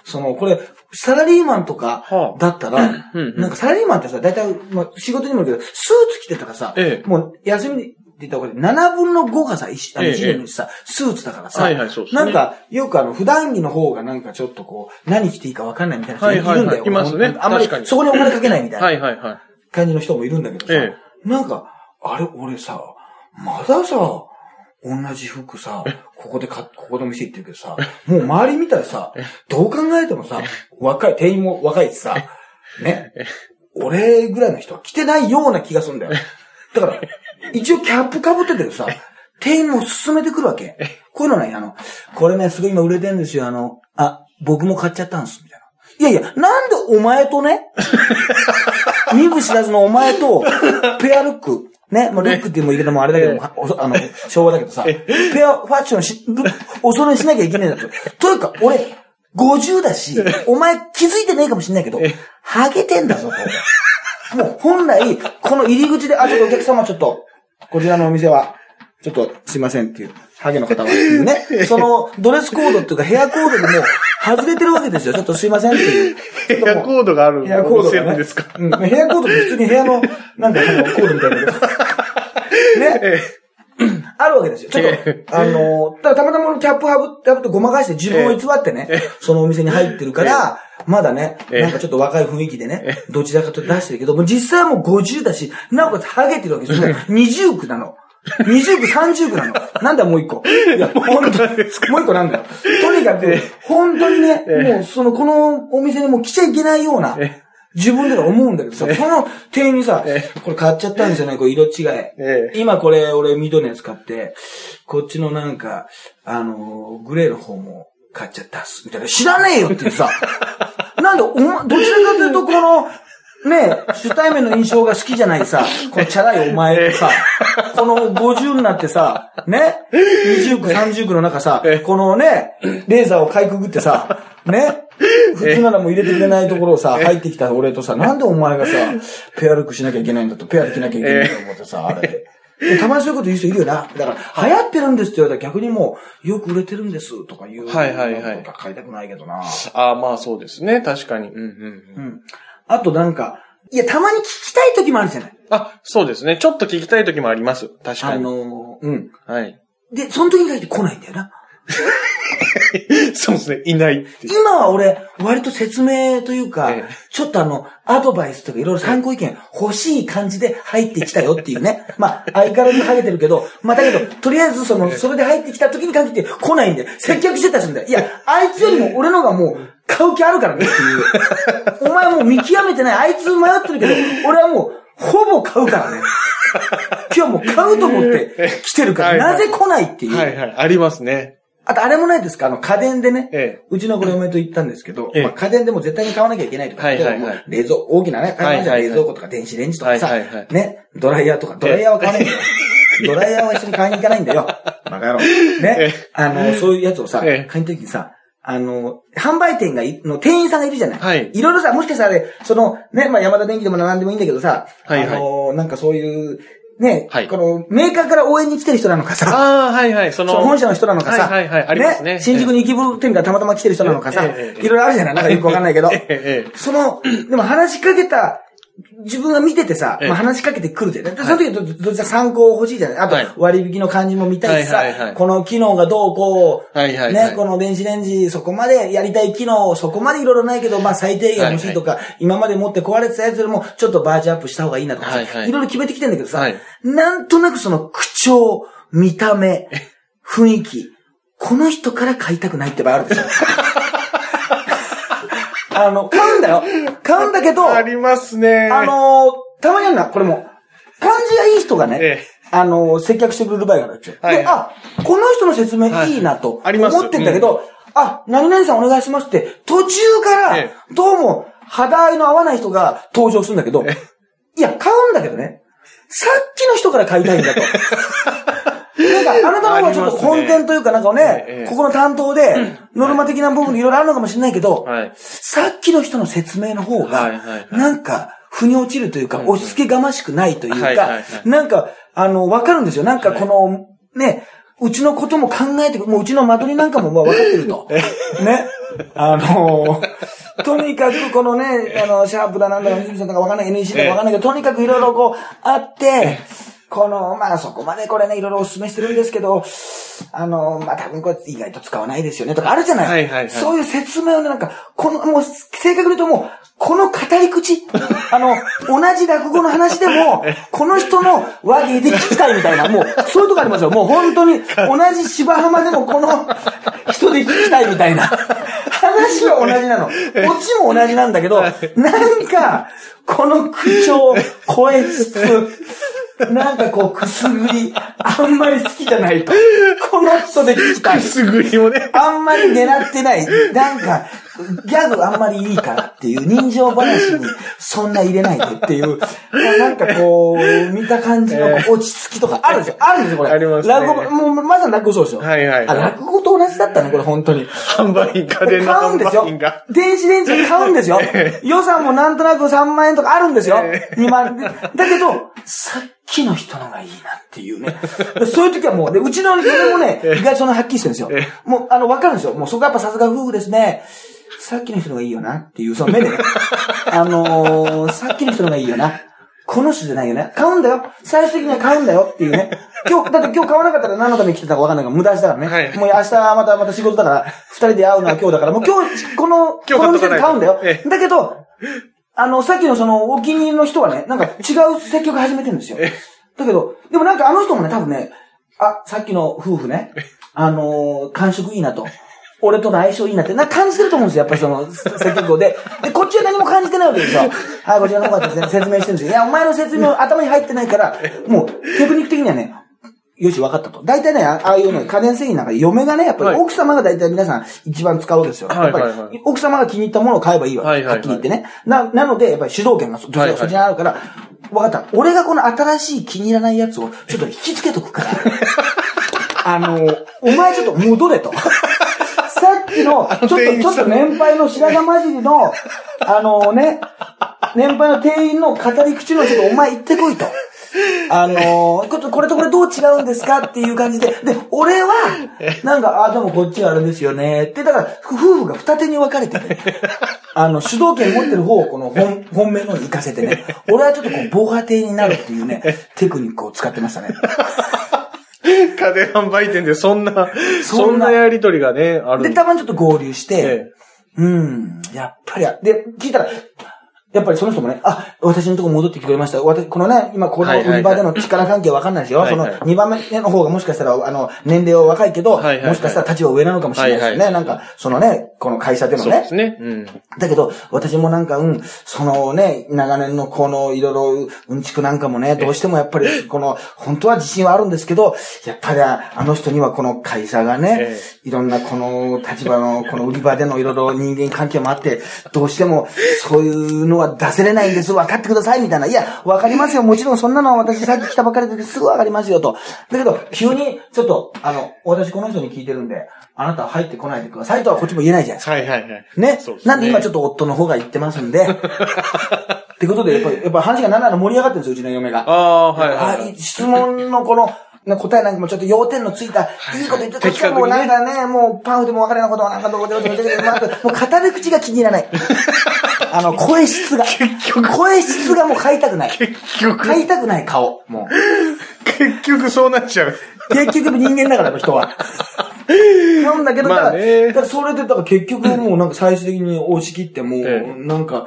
Speaker 1: その、これ、サラリーマンとか
Speaker 2: はあ
Speaker 1: だったら、
Speaker 2: うんうん
Speaker 1: なんかサラリーマンってさ、大体、まあ、仕事にもよるけど、スーツ着てたらさ
Speaker 2: え、え
Speaker 1: もう休みって言った方がいい。7分の5がさ、1
Speaker 2: ええ
Speaker 1: 年にさ、スーツだからさ
Speaker 2: はいはいそうで、すね
Speaker 1: なんか、よくあの、普段着の方がなんかちょっとこう、何着ていいかわかんないみたいな人いるんだよ。
Speaker 2: はいはいはいいますね
Speaker 1: あんまり
Speaker 2: 確か、に
Speaker 1: そこにお金かけないみたいな
Speaker 2: は。いはいはい。
Speaker 1: 感じの人もいるんだけどさ、
Speaker 2: え
Speaker 1: なんか、あれ、俺さ、まださ、同じ服さ、ここでか、 [laughs] ここの店行ってるけどさ、もう周り見たらさ、どう考えてもさ、若い、店員も若いしさ、ね、俺ぐらいの人は着てないような気がするんだよ。だから、一応キャップ被ってたけどさ、店員も勧めてくるわけ。こういうのね、あの、これね、すごい今売れてるんですよ、あの、あ、僕も買っちゃったんです、みたいな。いやいや、なんでお前とね、 [laughs] 見ぶ知らずのお前と、ペアルック。ね、まあ、ルックっていう言い方もあれだけども、おそあの、昭和だけどさ、ペアファッションし、ル恐れしなきゃいけないんだと。というか、俺、50だし、お前気づいてないかもしれないけど、ハゲてんだぞと。もう本来、この入り口で、あ、ちょっとお客様ちょっと、こちらのお店は、ちょっとすいませんっていう。ハゲの方はっていうね。その、ドレスコードっていうかヘアコードにも外れてるわけですよ。ちょっとすいませんっていう。
Speaker 2: ヘアコードがある
Speaker 1: ヘアコード
Speaker 2: お店
Speaker 1: がね
Speaker 2: ですか
Speaker 1: うん。ヘアコードって普通に部屋の、なんだ、あのコードみたいなの
Speaker 2: [laughs]
Speaker 1: がね。
Speaker 2: え
Speaker 1: あるわけですよ。ちょっと、あの、ただたまたまキャップはぶって、はぶってごまかして自分を偽ってね、そのお店に入ってるから、まだね、
Speaker 2: ええ
Speaker 1: なんかちょっと若い雰囲気でね、どちらかと出してるけど、もう実際はもう50だし、なおかつハゲてるわけですよ。もう20区なの。20区、30区なの。なんだもう一個。いや、もう
Speaker 2: 一個なんですか
Speaker 1: もう一個なんだよ。とにかく、本当にね、もうその、このお店にもう来ちゃいけないような、自分では思うんだけどさ、この店員にさ、これ買っちゃったんですよね、これ色違い。
Speaker 2: ええ
Speaker 1: 今これ俺緑のやつ買って、こっちのなんか、あのーグレーの方も買っちゃったっす、みたいな。知らねえよっていうさ、なんで、お前、どちらかというとこの、ねえ、初対面の印象が好きじゃないさ、このチャラいお前とさ、この50になってさ、ね、20区、30区の中さ、このね、レーザーをかいくぐってさ、ね、普通ならもう入れてくれないところをさ、入ってきた俺とさ、なんでお前がさ、ペアルックしなきゃいけないんだと、ペアできなきゃいけないんだと思ってさ、あれ。でもたまにそういうこと言う人いるよな。だから、流行ってるんですって言われたら逆にもう、よく売れてるんですとか言う。
Speaker 2: はいはいはい
Speaker 1: なんか買いたくないけどな。
Speaker 2: ああ、まあそうですね。確かに。うんうん
Speaker 1: う
Speaker 2: う。
Speaker 1: んん。あとなんか、いや、たまに聞きたい時もあるじゃない。
Speaker 2: あ、そうですね。ちょっと聞きたい時もあります。確か
Speaker 1: あ
Speaker 2: に。
Speaker 1: のー、うん。
Speaker 2: はい。
Speaker 1: で、その時に限って来ないんだよな。
Speaker 2: そうですね。いないっていう。
Speaker 1: [laughs] 今は俺、割と説明というか、
Speaker 2: ええ
Speaker 1: ちょっとあの、アドバイスとかいろいろ参考意見欲しい感じで入ってきたよっていうね。 [laughs] まあ、相変わらずハゲてるけど、まあだけど、とりあえずその、それで入ってきた時に限って来ないんで、接客してたりするんだよ。いや、あいつよりも俺のがもう、買う気あるからねって
Speaker 2: [laughs]
Speaker 1: いう。お前もう見極めてない。あいつ迷ってるけど、俺はもう、ほぼ買うから
Speaker 2: [laughs]
Speaker 1: ね。今日もう買うと思って来てるか
Speaker 2: はいは
Speaker 1: ら、
Speaker 2: い
Speaker 1: なぜ来ないっていう。
Speaker 2: はいはい。ありますね。
Speaker 1: あと、あれもないですかあの、家電でね。
Speaker 2: え
Speaker 1: うちのこれ嫁と行ったんですけど、
Speaker 2: ええ
Speaker 1: まあ、家電でも絶対に買わなきゃいけないとか、
Speaker 2: はいはいはい
Speaker 1: もう冷蔵、大きなね、買い物じゃ
Speaker 2: は
Speaker 1: ん
Speaker 2: いはい
Speaker 1: 冷
Speaker 2: はい
Speaker 1: 蔵庫とか電子レンジとかさ、
Speaker 2: はいはいはい
Speaker 1: ね、ドライヤーとか、ドライヤーは買わ
Speaker 2: [laughs]
Speaker 1: ないんだよ。ドライヤーは一緒に買いに行かないんだよ。バカ野郎。
Speaker 2: え
Speaker 1: ね
Speaker 2: え。
Speaker 1: あの、そういうやつをさ、
Speaker 2: ええ
Speaker 1: 買いに行った時にさ、あの、販売店がい、の店員さんがいるじゃない。
Speaker 2: はい
Speaker 1: いろいろさ、もしかしたらね、その、ね、まあ、山田電機でもなんでもいいんだけどさ、
Speaker 2: はいはい
Speaker 1: あの、なんかそういう、ね、
Speaker 2: はい
Speaker 1: この、メーカーから応援に来てる人なのかさ、
Speaker 2: ああ、はいはい。そ
Speaker 1: そ
Speaker 2: の。
Speaker 1: う本社の人なのかさ、
Speaker 2: はいはいはい。ありますね。
Speaker 1: 新宿に
Speaker 2: に。
Speaker 1: 行き店がたまたま来てる人なのかさ、
Speaker 2: ええええ
Speaker 1: いろいろあるじゃないなんかよくわかんないけど
Speaker 2: [laughs] え、ええ
Speaker 1: その、でも話しかけた、自分が見ててさ、
Speaker 2: ええ
Speaker 1: まあ、話しかけてくるじゃないでその時はどどどっちか参考欲しいじゃないあと
Speaker 2: はい
Speaker 1: 割引の感じも見たいしさ、
Speaker 2: はいはいはい
Speaker 1: この機能がどうこう、
Speaker 2: はいはいはい
Speaker 1: ね、この電子レンジそこまでやりたい機能、そこまでいろいろないけど、まあ最低限欲しいとか、今まで持って壊れてたやつよりもちょっとバージョンアップした方がいいなとかさ、
Speaker 2: はいはい
Speaker 1: いろいろ決めてきてんだけどさ、
Speaker 2: はい
Speaker 1: なんとなくその口調、見た目、雰囲気、この人から買いたくないって場合あるでしょ。
Speaker 2: [laughs]
Speaker 1: あの、買うんだよ。買うんだけど、
Speaker 2: あ
Speaker 1: あ
Speaker 2: りますね。
Speaker 1: のーたまにあるな、これも。感じがいい人がね、
Speaker 2: ええ
Speaker 1: あのー接客してくれる場合があるんですよ。
Speaker 2: はい
Speaker 1: で、あ、この人の説明いいなと
Speaker 2: はいあります
Speaker 1: 思ってんだけど、あ、何々さんお願いしますって、途中か
Speaker 2: え
Speaker 1: ら、どうも肌合いの合わない人が登場するんだけど、いや、買うんだけどね、さっきの人から買いたいん
Speaker 2: [laughs]
Speaker 1: だと。なんか、あなたの方はちょっと本店というか、なんか
Speaker 2: えええ
Speaker 1: ね
Speaker 2: え、
Speaker 1: ここの担当で、ノルマ的な部分でいろいろあるのかもしれないけど、
Speaker 2: はい。
Speaker 1: さっきの人の説明の方が、
Speaker 2: はいはいはい
Speaker 1: なんか、腑に落ちるというか、押し付けがましくないという
Speaker 2: はいはいは
Speaker 1: か
Speaker 2: い、
Speaker 1: なんか、あの、わかるんですよ。なんかこの、ね、うちのことも考えて、もううちの間取りなんかももう分かってると。ね。あのとにかくこのね、あの、シャープだなんだか、水木さんとかわかんない、NEC だかわかんないけど、とにかくいろいろこう、あって、この、まあそこまでこれね、いろいろお勧めしてるんですけど、あの、まあ多分これ意外と使わないですよね、とかあるじゃない。
Speaker 2: はいはいはい
Speaker 1: そういう説明をね、なんか、この、もう、正確に言うともう、この語り口、 [laughs] あの、同じ落語の話でも、この人の和芸で聞きたいみたいな、もう、そういうとこありますよ。もう本当に、同じ芝浜でもこの人で聞きたいみたいな。話は同じなの。オチも同じなんだけど、なんか、この口調、声質、なんかこう、くすぐり、あんまり好きじゃないと。この人で聞きたい
Speaker 2: く。すぐりもね。 [laughs]
Speaker 1: あんまり狙ってない。なんか、ギャグあんまりいいからっていう、人情話にそんな入れないでっていう、なんかこう、見た感じのこう落ち着きとかあるでしょあるでしょこれ。
Speaker 2: ありますね
Speaker 1: 落語、もうまさに落語そうでしょ
Speaker 2: はいはい
Speaker 1: あ、落語と同じだったね、これ本当に。
Speaker 2: 販売員、家
Speaker 1: 買
Speaker 2: 電の
Speaker 1: うん
Speaker 2: 販
Speaker 1: ですよ
Speaker 2: 売員が。。
Speaker 1: 電子レンジで買うんですよ。予算もなんとなく3万円とかあるんですよ。2万。だけど、さっきの人のがいいなっていうね。そういう時はもう、で、うちの嫁もね、意外とそのはっきりしてるんですよ。もう、あの、わかるんですよ。もうそこはやっぱさすが夫婦ですね。さっきの人のがいいよなっていう、その目
Speaker 2: [laughs]
Speaker 1: でね。あのー、さっきの人のがいいよな。この人じゃないよね。買うんだよ。最終的には買うんだよっていうね。今日、だって今日買わなかったら何のために来てたかわかんないから無駄足だからね。
Speaker 2: はい
Speaker 1: [laughs] もう明日またまた仕事だから、二人で会うのは今日だから、もう今日、この、
Speaker 2: 今日
Speaker 1: この店で買うんだよ
Speaker 2: 買っとかな
Speaker 1: だけ
Speaker 2: い。と
Speaker 1: ど、あの、さっきのその、お気に入りの人はね、なんか違う接客始めてるんですよ。だけど、でもなんかあの人もね、多分ね、あ、さっきの夫婦ね、あのー感触いいなと。俺との相性いいなって、な、感じてると思うんですよ、やっぱりその、接客をで。で、こっちは何も感じてないわけですよ。はい、こちらの方がですね、説明してるんですよ。いや、お前の説明頭に入ってないから、もう、テクニック的にはね、よし、分かったと。大体ね、あああいうね、家電製品なんか嫁がね、やっぱり
Speaker 2: はい
Speaker 1: 奥様が大体皆さん一番使うわけですよ。
Speaker 2: はいはいはい
Speaker 1: やっぱり奥様が気に入ったものを買えばいいわ
Speaker 2: は
Speaker 1: け。
Speaker 2: いはいはい
Speaker 1: はっきり言ってね。な、なので、やっぱり主導権がそ女性がそっちにあるから、分かった。俺がこの新しい気に入らないやつをちょっと引き付けとくから。あの、お前ちょっと戻
Speaker 2: [laughs]
Speaker 1: れと。さっきの、ちょっと、
Speaker 2: 店員
Speaker 1: ちょ
Speaker 2: さん
Speaker 1: っと年配の白髪混じりの、あのね、年配の店員の語り口のちょっとお前行ってこいと。あのことこれとこれどう違うんですかっていう感じで。で、俺は、なんか、あ、でもこっちはあれですよね。って、だから、夫婦が二手に分かれて
Speaker 2: [laughs]
Speaker 1: ね。あの、主導権持ってる方をこの本、本命の方に行かせてね。俺はちょっとこう、防波堤になるっていうね、テクニックを使ってましたね。
Speaker 2: 家電販売店でそんな、そんなやりとりがね、ある
Speaker 1: で、
Speaker 2: んで
Speaker 1: たまにちょっと合流して、
Speaker 2: え
Speaker 1: うん、やっぱりあ、で、聞いたら、やっぱりその人もね、あ、私のとこ戻ってきてくれました。私、このね、今この
Speaker 2: はいはいは
Speaker 1: 売
Speaker 2: い
Speaker 1: り場での力関係わかんないですよ。
Speaker 2: はいはい
Speaker 1: その2番目の方がもしかしたら、あの、年齢は若いけど、
Speaker 2: はいはいはい
Speaker 1: もしかしたら立場上なのかもしれないですよね。
Speaker 2: はい
Speaker 1: な
Speaker 2: は
Speaker 1: んか、そのね、この会社でのね
Speaker 2: す。ね。うん。
Speaker 1: だけど、私もなんか、うん、そのね、長年のこの、いろいろ、うんちくなんかもね、どうしてもやっぱり、この、本当は自信はあるんですけど、やっぱりああの人にはこの会社がね
Speaker 2: え、
Speaker 1: いろんなこの立場の、この売り場でのいろいろ人間関係もあって、どうしても、そういうのは出せれないんです、分かってください、みたいな。いや、分かりますよ、もちろんそんなのは私さっき来たばかりですぐ分かりますよ、と。だけど、急に、ちょっと、あの、私この人に聞いてるんで、あなたは入ってこないでくださいとはこっちも言えないじゃないですか。
Speaker 2: はいはいはい。
Speaker 1: ね。
Speaker 2: そうですね
Speaker 1: なんで今ちょっと夫の方が言ってますん
Speaker 2: [laughs]
Speaker 1: で。ってことで、やっぱり、やっぱ話がなんなら盛り上がってるんですよ、うちの嫁が。
Speaker 2: ああ、はいはいは
Speaker 1: あ
Speaker 2: い。
Speaker 1: 質問のこの、な答えなんかもちょっと要点のついた、いいこと言ってた
Speaker 2: 的確にね
Speaker 1: もうなんかね、もうパンフでも分からないことはなんかどこでもどこでもどこでももう語る口が気に入らない。あの、声質が。
Speaker 2: [laughs] 結局
Speaker 1: 声質がもう買いたくない。
Speaker 2: 結局、
Speaker 1: 買いたくない顔。も
Speaker 2: 結局そうなっちゃう。
Speaker 1: う。結局人間だから、あの人
Speaker 2: [laughs]
Speaker 1: は。なんだけど、だ
Speaker 2: ま
Speaker 1: か
Speaker 2: あ
Speaker 1: ら、
Speaker 2: ね
Speaker 1: だからそれで、だから結局もうなんか最終的に押し切って、も
Speaker 2: え
Speaker 1: う、なんか、うん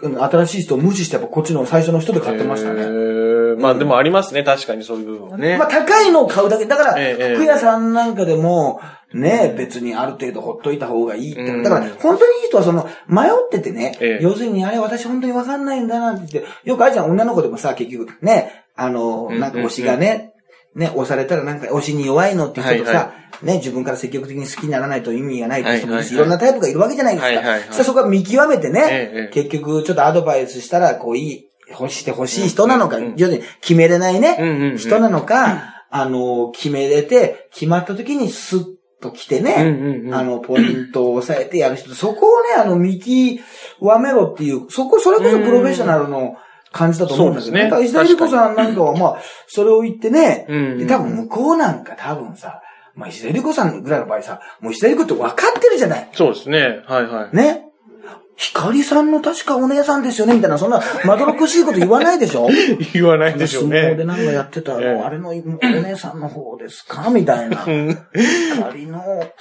Speaker 1: 新しい人を無視して、やっぱこっちの最初の人で買ってました
Speaker 2: へ
Speaker 1: ね。
Speaker 2: ーまあでもありますね、確かにそういう部分はね。
Speaker 1: まあ高いのを買うだけ。だから、
Speaker 2: ええええ
Speaker 1: 服屋さんなんかでも、ね、別にある程度ほっといた方がいいって。
Speaker 2: うん
Speaker 1: だから、本当にいい人はその、迷っててね、
Speaker 2: ええ
Speaker 1: 要するにあれ私本当にわかんないんだなって言って、よくあるじゃん、女の子でもさ、結局、ね、あの、なんか推しがね、ね、押されたらなんか推しに弱いのって人とさ、
Speaker 2: はいは
Speaker 1: ね、自分から積極的に好きにならないと意味がないって人もいるし、い
Speaker 2: はいは
Speaker 1: ろんな
Speaker 2: いはい
Speaker 1: タイプがいるわけじゃないですか。
Speaker 2: はいはいはい
Speaker 1: さあそこは見極めてね、
Speaker 2: ええええ
Speaker 1: 結局ちょっとアドバイスしたら、こういい、欲して欲しい人なのか、
Speaker 2: うんうんうん
Speaker 1: 要するに決めれないね、
Speaker 2: うんうんうん
Speaker 1: 人なのか、あの、決めれて、決まった時にスッと来て
Speaker 2: うん
Speaker 1: ね、
Speaker 2: うんうん。
Speaker 1: あの、ポイントを押さえてやる人、そこをね、あの、見極めろっていう、そこ、それこそプロフェッショナルの感じだと思うんだけ
Speaker 2: そう
Speaker 1: ど、
Speaker 2: です
Speaker 1: だ
Speaker 2: ね
Speaker 1: から石田ゆり子さんなんかは、まあ、それを言ってね、
Speaker 2: うんうん
Speaker 1: で多分向こうなんか多分さ、まあ、石田ゆり子さんぐらいの場合さ、もう石田ゆり子って分かってるじゃない。
Speaker 2: そうですね。はいはい。
Speaker 1: ね。ひかりさんの確かお姉さんですよねみたいな、そんな、まどろっこしいこと言わないでしょ
Speaker 2: 言わないでしょう
Speaker 1: 相撲
Speaker 2: ね
Speaker 1: で。なんかやってた、あ
Speaker 2: ええ
Speaker 1: の、あれのお姉さんの方ですかみたいな。光の、なんとか、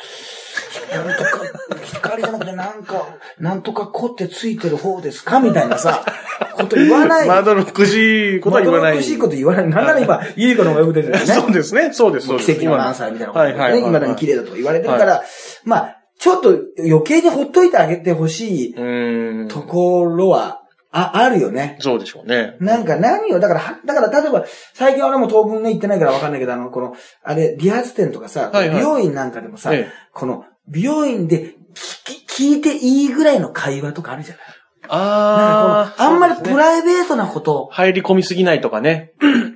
Speaker 1: 光じゃなくてなんか、なんとかこってついてる方ですかみたいなさ、こと言わない。
Speaker 2: まどろっこしいことは言わな
Speaker 1: まど
Speaker 2: い。
Speaker 1: ろっこしいこと言わない。なんなら今、ゆい子の方がよく出てるよね。
Speaker 2: そうですね。そうです、そうです。
Speaker 1: 奇跡の何歳みたいなこと
Speaker 2: は
Speaker 1: ね、
Speaker 2: いはいはいはい。
Speaker 1: 未だに綺麗だと言われてるから、まあ、ちょっと余計にほっといてあげてほしいう
Speaker 2: ーん。
Speaker 1: ところは、あ、あるよね。
Speaker 2: そうでしょうね。
Speaker 1: なんか何を、だからは、だから例えば、最近俺も当分ね、行ってないからわかんないけど、あの、この、あれ、理髪店とかさ、
Speaker 2: はいはい
Speaker 1: 美容院なんかでもさ、
Speaker 2: ええ
Speaker 1: この、美容院で、き、き、聞いていいぐらいの会話とかあるじゃないなん
Speaker 2: あ
Speaker 1: か
Speaker 2: あ、
Speaker 1: このあんまり
Speaker 2: そうですね
Speaker 1: プライベートなこと。
Speaker 2: 入り込みすぎないとかね。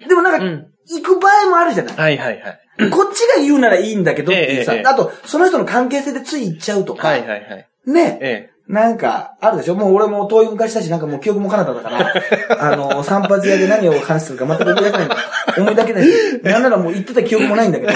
Speaker 1: でもなん
Speaker 2: う
Speaker 1: か、
Speaker 2: ん。
Speaker 1: 行く場合もあるじゃない
Speaker 2: はいはいはい。
Speaker 1: こっちが言うならいいんだけどっていうさ
Speaker 2: ええええ、
Speaker 1: あと、その人の関係性でつい行っちゃうとか
Speaker 2: は、いはいはい。
Speaker 1: ね、
Speaker 2: え
Speaker 1: なんか、あるでしょもう俺も遠い昔だし、なんかもう記憶も彼方だ
Speaker 2: [laughs]
Speaker 1: から、あの、散髪屋で何を話してるか全く覚えてない。思いだけないし、なんならもう言ってた記憶もないんだけ
Speaker 2: [laughs]
Speaker 1: ど、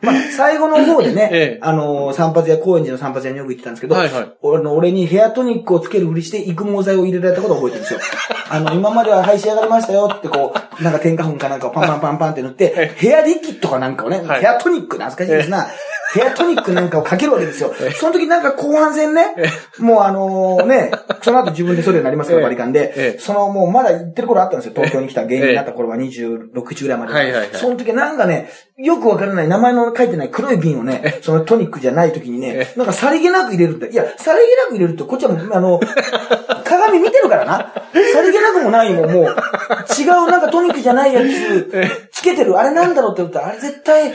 Speaker 1: まあ、最後の方で
Speaker 2: え
Speaker 1: ね
Speaker 2: え、
Speaker 1: あの、散髪屋、高円寺の散髪屋によく行ってたんですけど、
Speaker 2: はいはい
Speaker 1: 俺の俺にヘアトニックをつけるふりして育毛剤を入れられたことを覚えてるん
Speaker 2: [laughs]
Speaker 1: ですよ。あの、今までははい仕上がりましたよってこう、なんか添加粉かなんかをパンパンパンパンって塗って、ヘアリキッドかなんかをね、
Speaker 2: はい
Speaker 1: ヘアトニック懐かしいですな。ヘアトニックなんかをかけるわけですよ。その時なんか後半戦ね、もうあのね、その後自分でそれになりますから、
Speaker 2: ええ
Speaker 1: バリカンで、
Speaker 2: ええ
Speaker 1: そのもうまだ行ってる頃あったんですよ。東京に来た芸人になった頃は26時ぐらいまで。
Speaker 2: はいはいはい
Speaker 1: その時なんかね、よくわからない名前の書いてない黒い瓶をね、そのトニックじゃない時にね、なんかさりげなく入れるんだ。いや、さりげなく入れると、こっちはもう、あ
Speaker 2: [laughs]
Speaker 1: の、鏡見てるからな。さりげなくもないもん、もう。違うなんかトニックじゃないやつ、つけてる。あれなんだろうって言ったら、あれ絶対、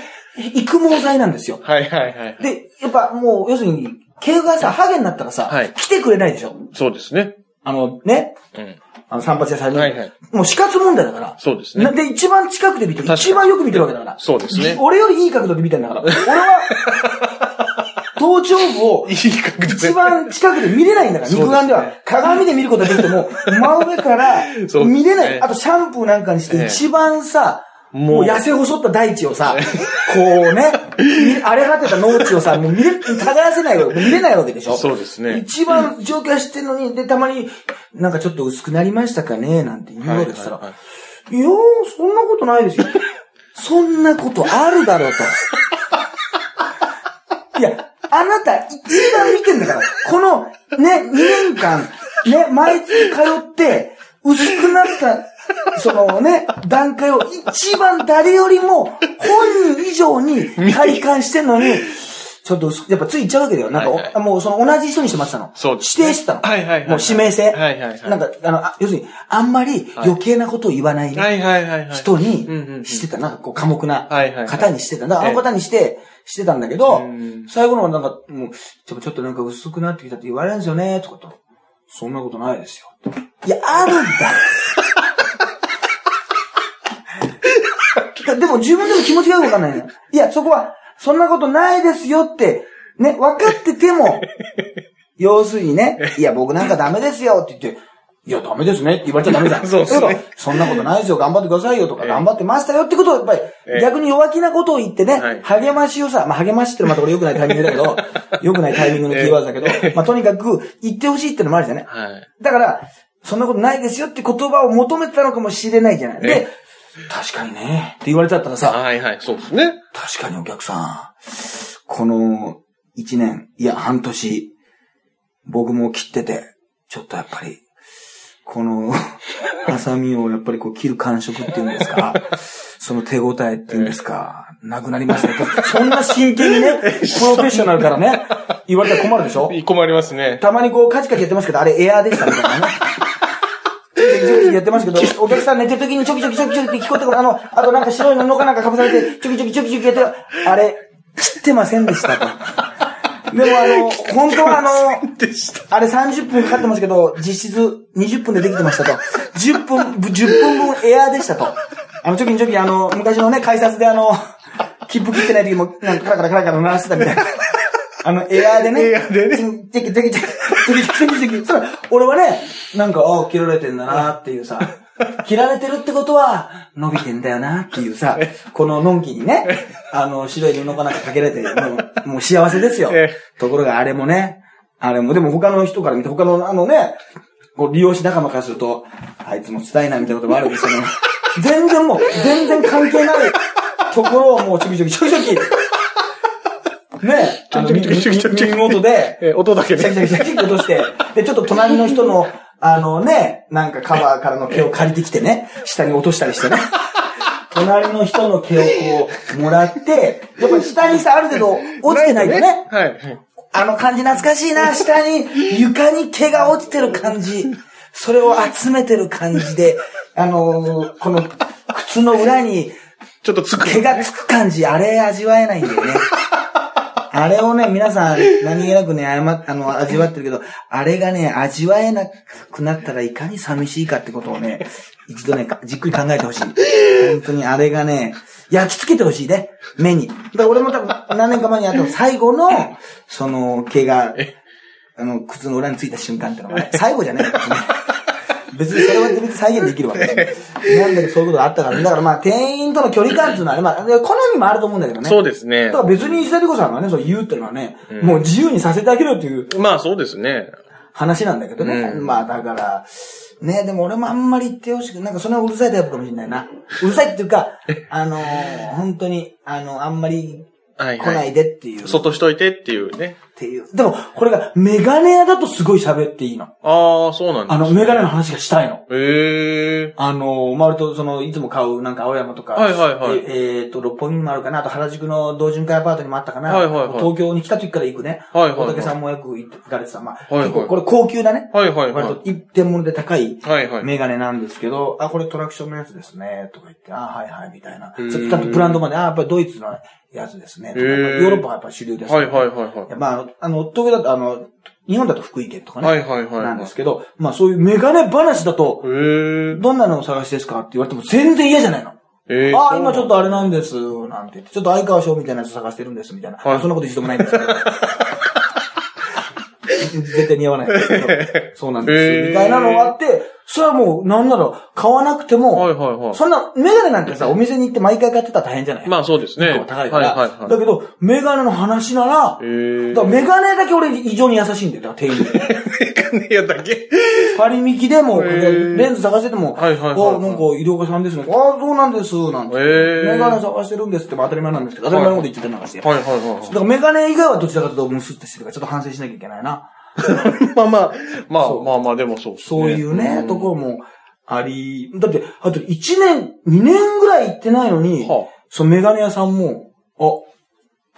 Speaker 1: 育毛剤なんですよ
Speaker 2: え。。はいはいはい。
Speaker 1: で、やっぱもう、要するに、毛がさ、ハゲになったらさ、
Speaker 2: はい
Speaker 1: 来てくれないでしょ。
Speaker 2: そうですね。
Speaker 1: あの、ね、
Speaker 2: うん。
Speaker 1: あの散髪屋さんに。
Speaker 2: はいはい
Speaker 1: もう死活問題だから。
Speaker 2: そうです
Speaker 1: な
Speaker 2: ね。
Speaker 1: で、一番近くで見てる。
Speaker 2: 確かに
Speaker 1: 一番よく見てるわけだから。
Speaker 2: そうですね
Speaker 1: 俺よりいい角度で見てん
Speaker 2: [laughs]
Speaker 1: だから。俺は、頭頂部を
Speaker 2: いい角度で。
Speaker 1: 一番近くで見れないんだから、
Speaker 2: そうで
Speaker 1: 肉
Speaker 2: すね
Speaker 1: 眼では。鏡で見ることはできても、真上から
Speaker 2: すね
Speaker 1: 見れない。あとシャンプーなんかにして
Speaker 2: ええ
Speaker 1: 一番さ、も
Speaker 2: も
Speaker 1: う
Speaker 2: う
Speaker 1: 痩せ細った大地をさ、こうね、み荒れ果てた農地をさ、もう見れ、耕せないわけ、見れないわけでしょ
Speaker 2: そうですね
Speaker 1: 一番状況は知ってんのに、で、たまに、なんかちょっと薄くなりましたかね、なんて言うわけですから、
Speaker 2: はいはい
Speaker 1: いやー、そんなことないですよ。そんなことあるだろうと。いや、あなた一番見てんだから、このね、2年間、ね、毎月通って、薄くなった、そのね、段階を一番誰よりも本人以上に体感してんのに、ちょっと薄く、やっぱついちゃうわけだよ。なんか、
Speaker 2: はいはい
Speaker 1: あもうその同じ人にしてましたの。
Speaker 2: そうですね
Speaker 1: 指定してたの。
Speaker 2: はいはいはいはい
Speaker 1: もう指名制。
Speaker 2: はいはいはい
Speaker 1: なんか、あの、あ要するに、あんまり余計なことを言わないね
Speaker 2: はいはいはいはい。
Speaker 1: 人
Speaker 2: うんうんう
Speaker 1: に
Speaker 2: ん
Speaker 1: してた、なんかこう寡黙な
Speaker 2: はいはいはい
Speaker 1: 方にしてた。なんかあの方にして、してたんだけど、最後の方なんか、もう、ちょちょっとなんか薄くなってきたって言われるんですよね、とかと。そんなことないですよ。いや、ある
Speaker 2: [laughs]
Speaker 1: んだだでも自分でも気持ちがよくわかんないの。いや、そこは、そんなことないですよって、ね、分かってても、要するにね、いや、僕なんかダメですよって言って、いや、ダメですねって言われちゃダメじゃん。
Speaker 2: [laughs] そうですね
Speaker 1: だからそんなことないですよ、頑張ってくださいよとか、
Speaker 2: ええ
Speaker 1: 頑張ってましたよってことを、やっぱり、
Speaker 2: ええ
Speaker 1: 逆に弱気なことを言ってね、
Speaker 2: はい
Speaker 1: 励ましをさ、まあ、励ましってのはまた俺良くないタイミングだけ
Speaker 2: [laughs]
Speaker 1: ど、良くないタイミングのキーワードだけど、まあ、とにかく、言ってほしいってのもあるじゃない。
Speaker 2: はい。
Speaker 1: だから、そんなことないですよって言葉を求めてたのかもしれないじゃない。
Speaker 2: え
Speaker 1: で、確かにね、って言われちゃったらさ、
Speaker 2: はいはい。そうですね。
Speaker 1: 確かにお客さん、この一年、いや半年、僕も切ってて、ちょっとやっぱり、この、 [laughs] ハサミをやっぱりこう切る感触っていうんですか、その手応えっていうんですか、なくなりましたね。そんな真剣にね、プロフェッショナルからね、言われたら困るでしょ
Speaker 2: 困りますね。
Speaker 1: たまにこうカチカチやってますけど、あれエアーでしたみたいなね。ちょきちょきちょきやってますけど、お客さん寝てる時にちょきちょきちょきちょきって聞こえてくる。あの、あとなんか白い布かなんかかぶされて、ちょきちょきちょきちょきやってる。あれ、切ってませんでしたと。でもあの、本当はあの、
Speaker 2: でした。
Speaker 1: あれ30分かかってますけど、実質20分でできてましたと。10分、10分分エアーでしたと。あの、ちょきちょきあの、昔のね、改札であの、切符切ってない時も、なんかカラカラカラカラ鳴らしてたみたいな。あの、エアーでね。
Speaker 2: エアーでね
Speaker 1: チン。チキチキチキ、チキチキチキ。それ俺はね、なんか、ああ、切られてんだなっていうさ。切られてるってことは、伸びてんだよなっていうさ、こののんきにね、あの、白い布かなんかかけられて、もう、もう幸せですよ。
Speaker 2: ええ
Speaker 1: ところがあれもね、あれも、でも他の人から見て、他のあのね、こう利用し仲間からすると、あいつも伝えないみたいなこともあるんですけど、全然もう、全然関係ないところをもうちょきちょきちょきちょき、ねえ、あの、
Speaker 2: ちょきちょきちょきちょき
Speaker 1: 耳元で、
Speaker 2: え、音だけ
Speaker 1: シャキシ
Speaker 2: で。
Speaker 1: ャキシャキシャキ落として、で、ちょっと隣の人の、あのね、なんかカバーからの毛を借りてきてね、下に落としたりして [laughs] ね。隣の人の毛をこう、もらって、やっぱり下にさ、ある程度落ちてないとね。
Speaker 2: はい。
Speaker 1: あの感じ懐かしいな、下に、床に毛が落ちてる感じ。それを集めてる感じで、あのーこの、靴の裏に
Speaker 2: ちょっとつく。
Speaker 1: 毛がつく感じ、あれ味わえないんだよね。あれをね、皆さん、何気なくね、あま、あの、味わってるけど、あれがね、味わえなくなったらいかに寂しいかってことをね、一度ね、じっくり考えてほしい。本当にあれがね、焼き付けてほしいね、目に。だから俺も多分、何年か前にあった最後の、その、毛が、あの、靴の裏についた瞬間ってのがね、最後じゃないですね。別にそれは別に再現できるわけです。なんだけどそういうことがあったからね。だからまあ、店員との距離感っていうのはね、まあ、で好みもあると思うんだけどね。
Speaker 2: そうですね
Speaker 1: だから別に石田理子さんがね、そう言うっていうのはね、もう自由にさせてあげるっていう
Speaker 2: まあそうですね。
Speaker 1: 話なんだけどね。まあだから、ね、でも俺もあんまり言ってほしく、なんかそれはうるさいタイプかもしれないな。うるさいっていう [laughs] か、あのー本当に、あの、あんまり
Speaker 2: はい
Speaker 1: 来
Speaker 2: はい。
Speaker 1: ないでっていう。
Speaker 2: 外しといてっていうね。
Speaker 1: っていう。でも、これがメガネ屋だとすごい喋っていいの。
Speaker 2: ああ、そうなんです
Speaker 1: あの、メガネの話がしたいの。
Speaker 2: ええ
Speaker 1: あのー、まあ、割とその、いつも買う、なんか青山とか、
Speaker 2: はいはいはい
Speaker 1: えっ、と、六本木にもあるかな、あと原宿の同潤会アパートにもあったかな、
Speaker 2: はいはいはい
Speaker 1: 東京に来た時から行くね、
Speaker 2: はいはいはい
Speaker 1: 大竹さんもよく行かれてた、まあ、
Speaker 2: はいはい
Speaker 1: 結構これ高級だね、
Speaker 2: はいはいはい
Speaker 1: 割と一点物で高い
Speaker 2: はいはい
Speaker 1: メガネなんですけど、あ、これトラクションのやつですね、とか言って、あ、はいはい、みたいな。ち
Speaker 2: ーん
Speaker 1: ょっとちゃんとブランドまで、あ、やっぱりドイツのやつですね、とか
Speaker 2: へ
Speaker 1: やっ
Speaker 2: ー
Speaker 1: ぱりヨーロッパがやっぱ主流です、ね。
Speaker 2: はいはいはいはい
Speaker 1: いやまあ、あの、東京だと、あの、日本だと福井県とかね、
Speaker 2: はいはいはい
Speaker 1: なんですけど、まあそういうメガネ話だと、
Speaker 2: えー。
Speaker 1: どんなのを探しですかって言われても全然嫌じゃないの。
Speaker 2: ええ
Speaker 1: ああ、今ちょっ
Speaker 2: と。
Speaker 1: とあれなんです、なんて言って。ちょっと相川翔みたいなやつ探してるんです、みたいな。
Speaker 2: はい
Speaker 1: そんなこと一度もないんです
Speaker 2: [laughs]
Speaker 1: けど。絶対似合わないですけど。そうなんですよ。
Speaker 2: へー
Speaker 1: みたいなのがあって、それはもう、なんなら、買わなくても、
Speaker 2: はいはいはい
Speaker 1: そんな、メガネなんてさ、お店に行って毎回買ってたら大変じゃない
Speaker 2: まあそうですね。
Speaker 1: 結構高いから。
Speaker 2: はいはい
Speaker 1: だ
Speaker 2: はい。
Speaker 1: けど、メガネの話なら、
Speaker 2: えー
Speaker 1: だからメガネだけ俺異常に優しいんだよ、だから店員に。
Speaker 2: メガネ屋だけ。
Speaker 1: 仮引きでも、
Speaker 2: へー
Speaker 1: レンズ探してても、
Speaker 2: はいはいはい
Speaker 1: あなんか、医療家さんですね。ああ、そうなんです、なんて。
Speaker 2: へー
Speaker 1: メガネ探してるんですって、まあ当たり前なんですけど、当たり前のこと言っちゃってなんかして。
Speaker 2: はいはいはい
Speaker 1: だからメガネ以外はどちらかというとムスってしてるから、ちょっと反省しなきゃいけないな。
Speaker 2: はい。
Speaker 1: [laughs]
Speaker 2: まあまあ、まあまあまあ、でもそうですね。
Speaker 1: そういうね、
Speaker 2: ん
Speaker 1: ところもあり、だって、あと1年、2年ぐらい行ってないのに、
Speaker 2: は
Speaker 1: そのメガネ屋さんも、あ、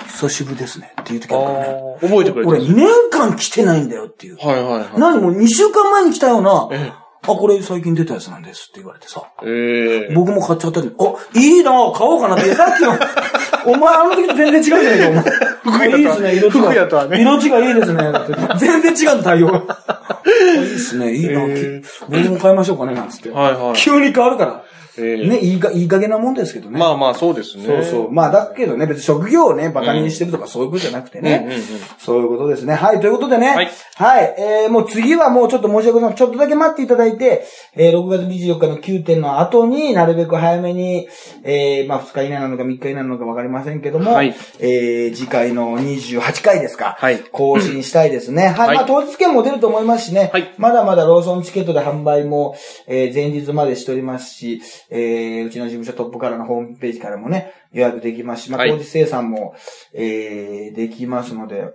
Speaker 1: 久しぶりですね、っていう時
Speaker 2: あ
Speaker 1: あるからね。
Speaker 2: あ、覚えてくれて
Speaker 1: 俺
Speaker 2: る。
Speaker 1: 2年間来てないんだよっていう。
Speaker 2: はいはいはい。
Speaker 1: 何も2週間前に来たような、
Speaker 2: え
Speaker 1: あ、これ最近出たやつなんですって言われてさ。
Speaker 2: ええ
Speaker 1: 僕も買っちゃったんで、あ、いいな買おうかなって。さっきの、
Speaker 2: [laughs]
Speaker 1: お前あの時と全然違うじゃないか、お前。
Speaker 2: 服
Speaker 1: いい
Speaker 2: や
Speaker 1: で
Speaker 2: と
Speaker 1: す
Speaker 2: は
Speaker 1: ね、色違
Speaker 2: 服やとはね
Speaker 1: 色違いいいです
Speaker 2: [laughs]
Speaker 1: ね。って全然違うんだ、対応が。いいですね、いいな、
Speaker 2: え
Speaker 1: 僕も買いましょうかね、なんつって。
Speaker 2: はいはい
Speaker 1: 急に変わるから。
Speaker 2: ええ
Speaker 1: ね、いいか、いい加減なもんですけどね。
Speaker 2: まあまあ、そうですね。
Speaker 1: そうそう。まあ、だけどね、別に職業をね、バカにしてるとかそういうことじゃなくてね。
Speaker 2: うんうんうん
Speaker 1: そういうことですね。はい、ということでね。
Speaker 2: はい
Speaker 1: はい。えー、もう次はもうちょっと申し訳ございません。ちょっとだけ待っていただいて、えー、6月24日の9点の後になるべく早めに、えー、まあ、2日以内なのか3日以内なのかわかりませんけども、
Speaker 2: はい
Speaker 1: えー、次回の28回ですか。
Speaker 2: はい
Speaker 1: 更新したいですね。はい。
Speaker 2: はい
Speaker 1: まあ、当日券も出ると思いますしね。
Speaker 2: はい
Speaker 1: まだまだローソンチケットで販売も、えー前日までしておりますし、えーうちの事務所トップからのホームページからもね、予約できますし、まあ、
Speaker 2: はい
Speaker 1: 当日生産も、えーできますので、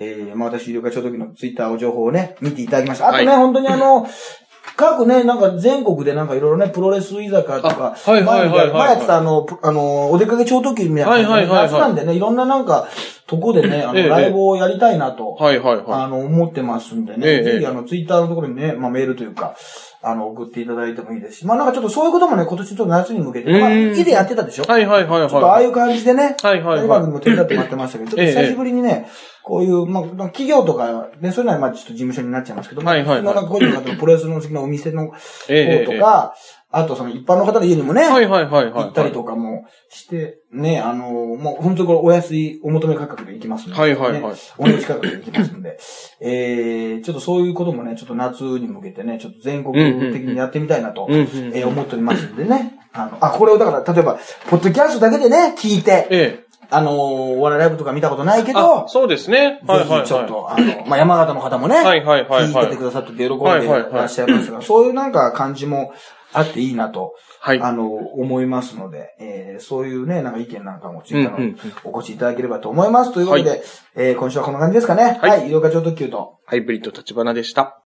Speaker 1: えーまあ、私、医療課長時のツイッターを情報をね、見ていただきました。あとね、
Speaker 2: はい
Speaker 1: 本当にあの、各ね、なんか全国でなんかいろいろね、プロレス居酒屋とか、
Speaker 2: あはいはいはいはいはい
Speaker 1: 前やってたあの、プあの、お出かけ超特急みたいな感じで、
Speaker 2: はいはいはいはい
Speaker 1: 夏なんでね、いろんななんか、とこでね、あの、
Speaker 2: ええ
Speaker 1: ライブをやりたいなと、
Speaker 2: はいはいは
Speaker 1: あの、思ってますんでね、
Speaker 2: ええ
Speaker 1: ぜ
Speaker 2: え
Speaker 1: ひ、
Speaker 2: え
Speaker 1: あの、ツイッターのところにね、まあ、メールというか、あの、送っていただいてもいいですし、まあ、なんかちょっとそういうこともね、今年ちょっと夏に向けて、まあ、
Speaker 2: うん
Speaker 1: 以前やってたでしょ
Speaker 2: い。はいはいはい
Speaker 1: ちょっとああ
Speaker 2: はいい。
Speaker 1: う感じでね、
Speaker 2: はいはいはい
Speaker 1: 今も手伝ってもらってましたけど、ちょっと
Speaker 2: え
Speaker 1: 久
Speaker 2: え
Speaker 1: しぶりにね、こういう、まあ、企業とか、ね、そういうのはまあちょっと事務所になっちゃいますけど、
Speaker 2: はいはいはい
Speaker 1: まあ普通のなんか個人の方のプロレスの好きなお店の方とか、
Speaker 2: ええええ
Speaker 1: あとその一般の方の家にもね、
Speaker 2: はいはいはいはい。
Speaker 1: 行ったりとかもして、ね、あのーもう本当にこれお安いお求め価格で行きますので、
Speaker 2: はいはいは
Speaker 1: ね
Speaker 2: い
Speaker 1: お値打ち価格で行きますので、 [laughs] えー、ちょっとそういうこともね、ちょっと夏に向けてね、ちょっと全国的にやってみたいなと、
Speaker 2: うんうんうんうん
Speaker 1: えー思っておりますんでね。あの、あ、これをだから、例えば、ポッドキャストだけでね、聞いて、
Speaker 2: ええ。
Speaker 1: あのーお笑いライブとか見たことないけ
Speaker 2: あ
Speaker 1: ど、、
Speaker 2: そうですね。はいはい
Speaker 1: ぜひちょっ
Speaker 2: は
Speaker 1: と、あの、まあ、山形の方もね、
Speaker 2: はいはいはいはい
Speaker 1: 聞いててくださってて喜んでいらっしゃいますが、そういうなんか感じもあっていいなと、
Speaker 2: はい
Speaker 1: あの、思いますので、えーそういうね、なんか意見なんかもツイッタ
Speaker 2: うんう
Speaker 1: ー
Speaker 2: ん
Speaker 1: のお越しいただければと思います。ということで、えー今週はこの感じですかね。は
Speaker 2: はい
Speaker 1: い、医療課長特急と。
Speaker 2: い。ハイブリッド立花でした。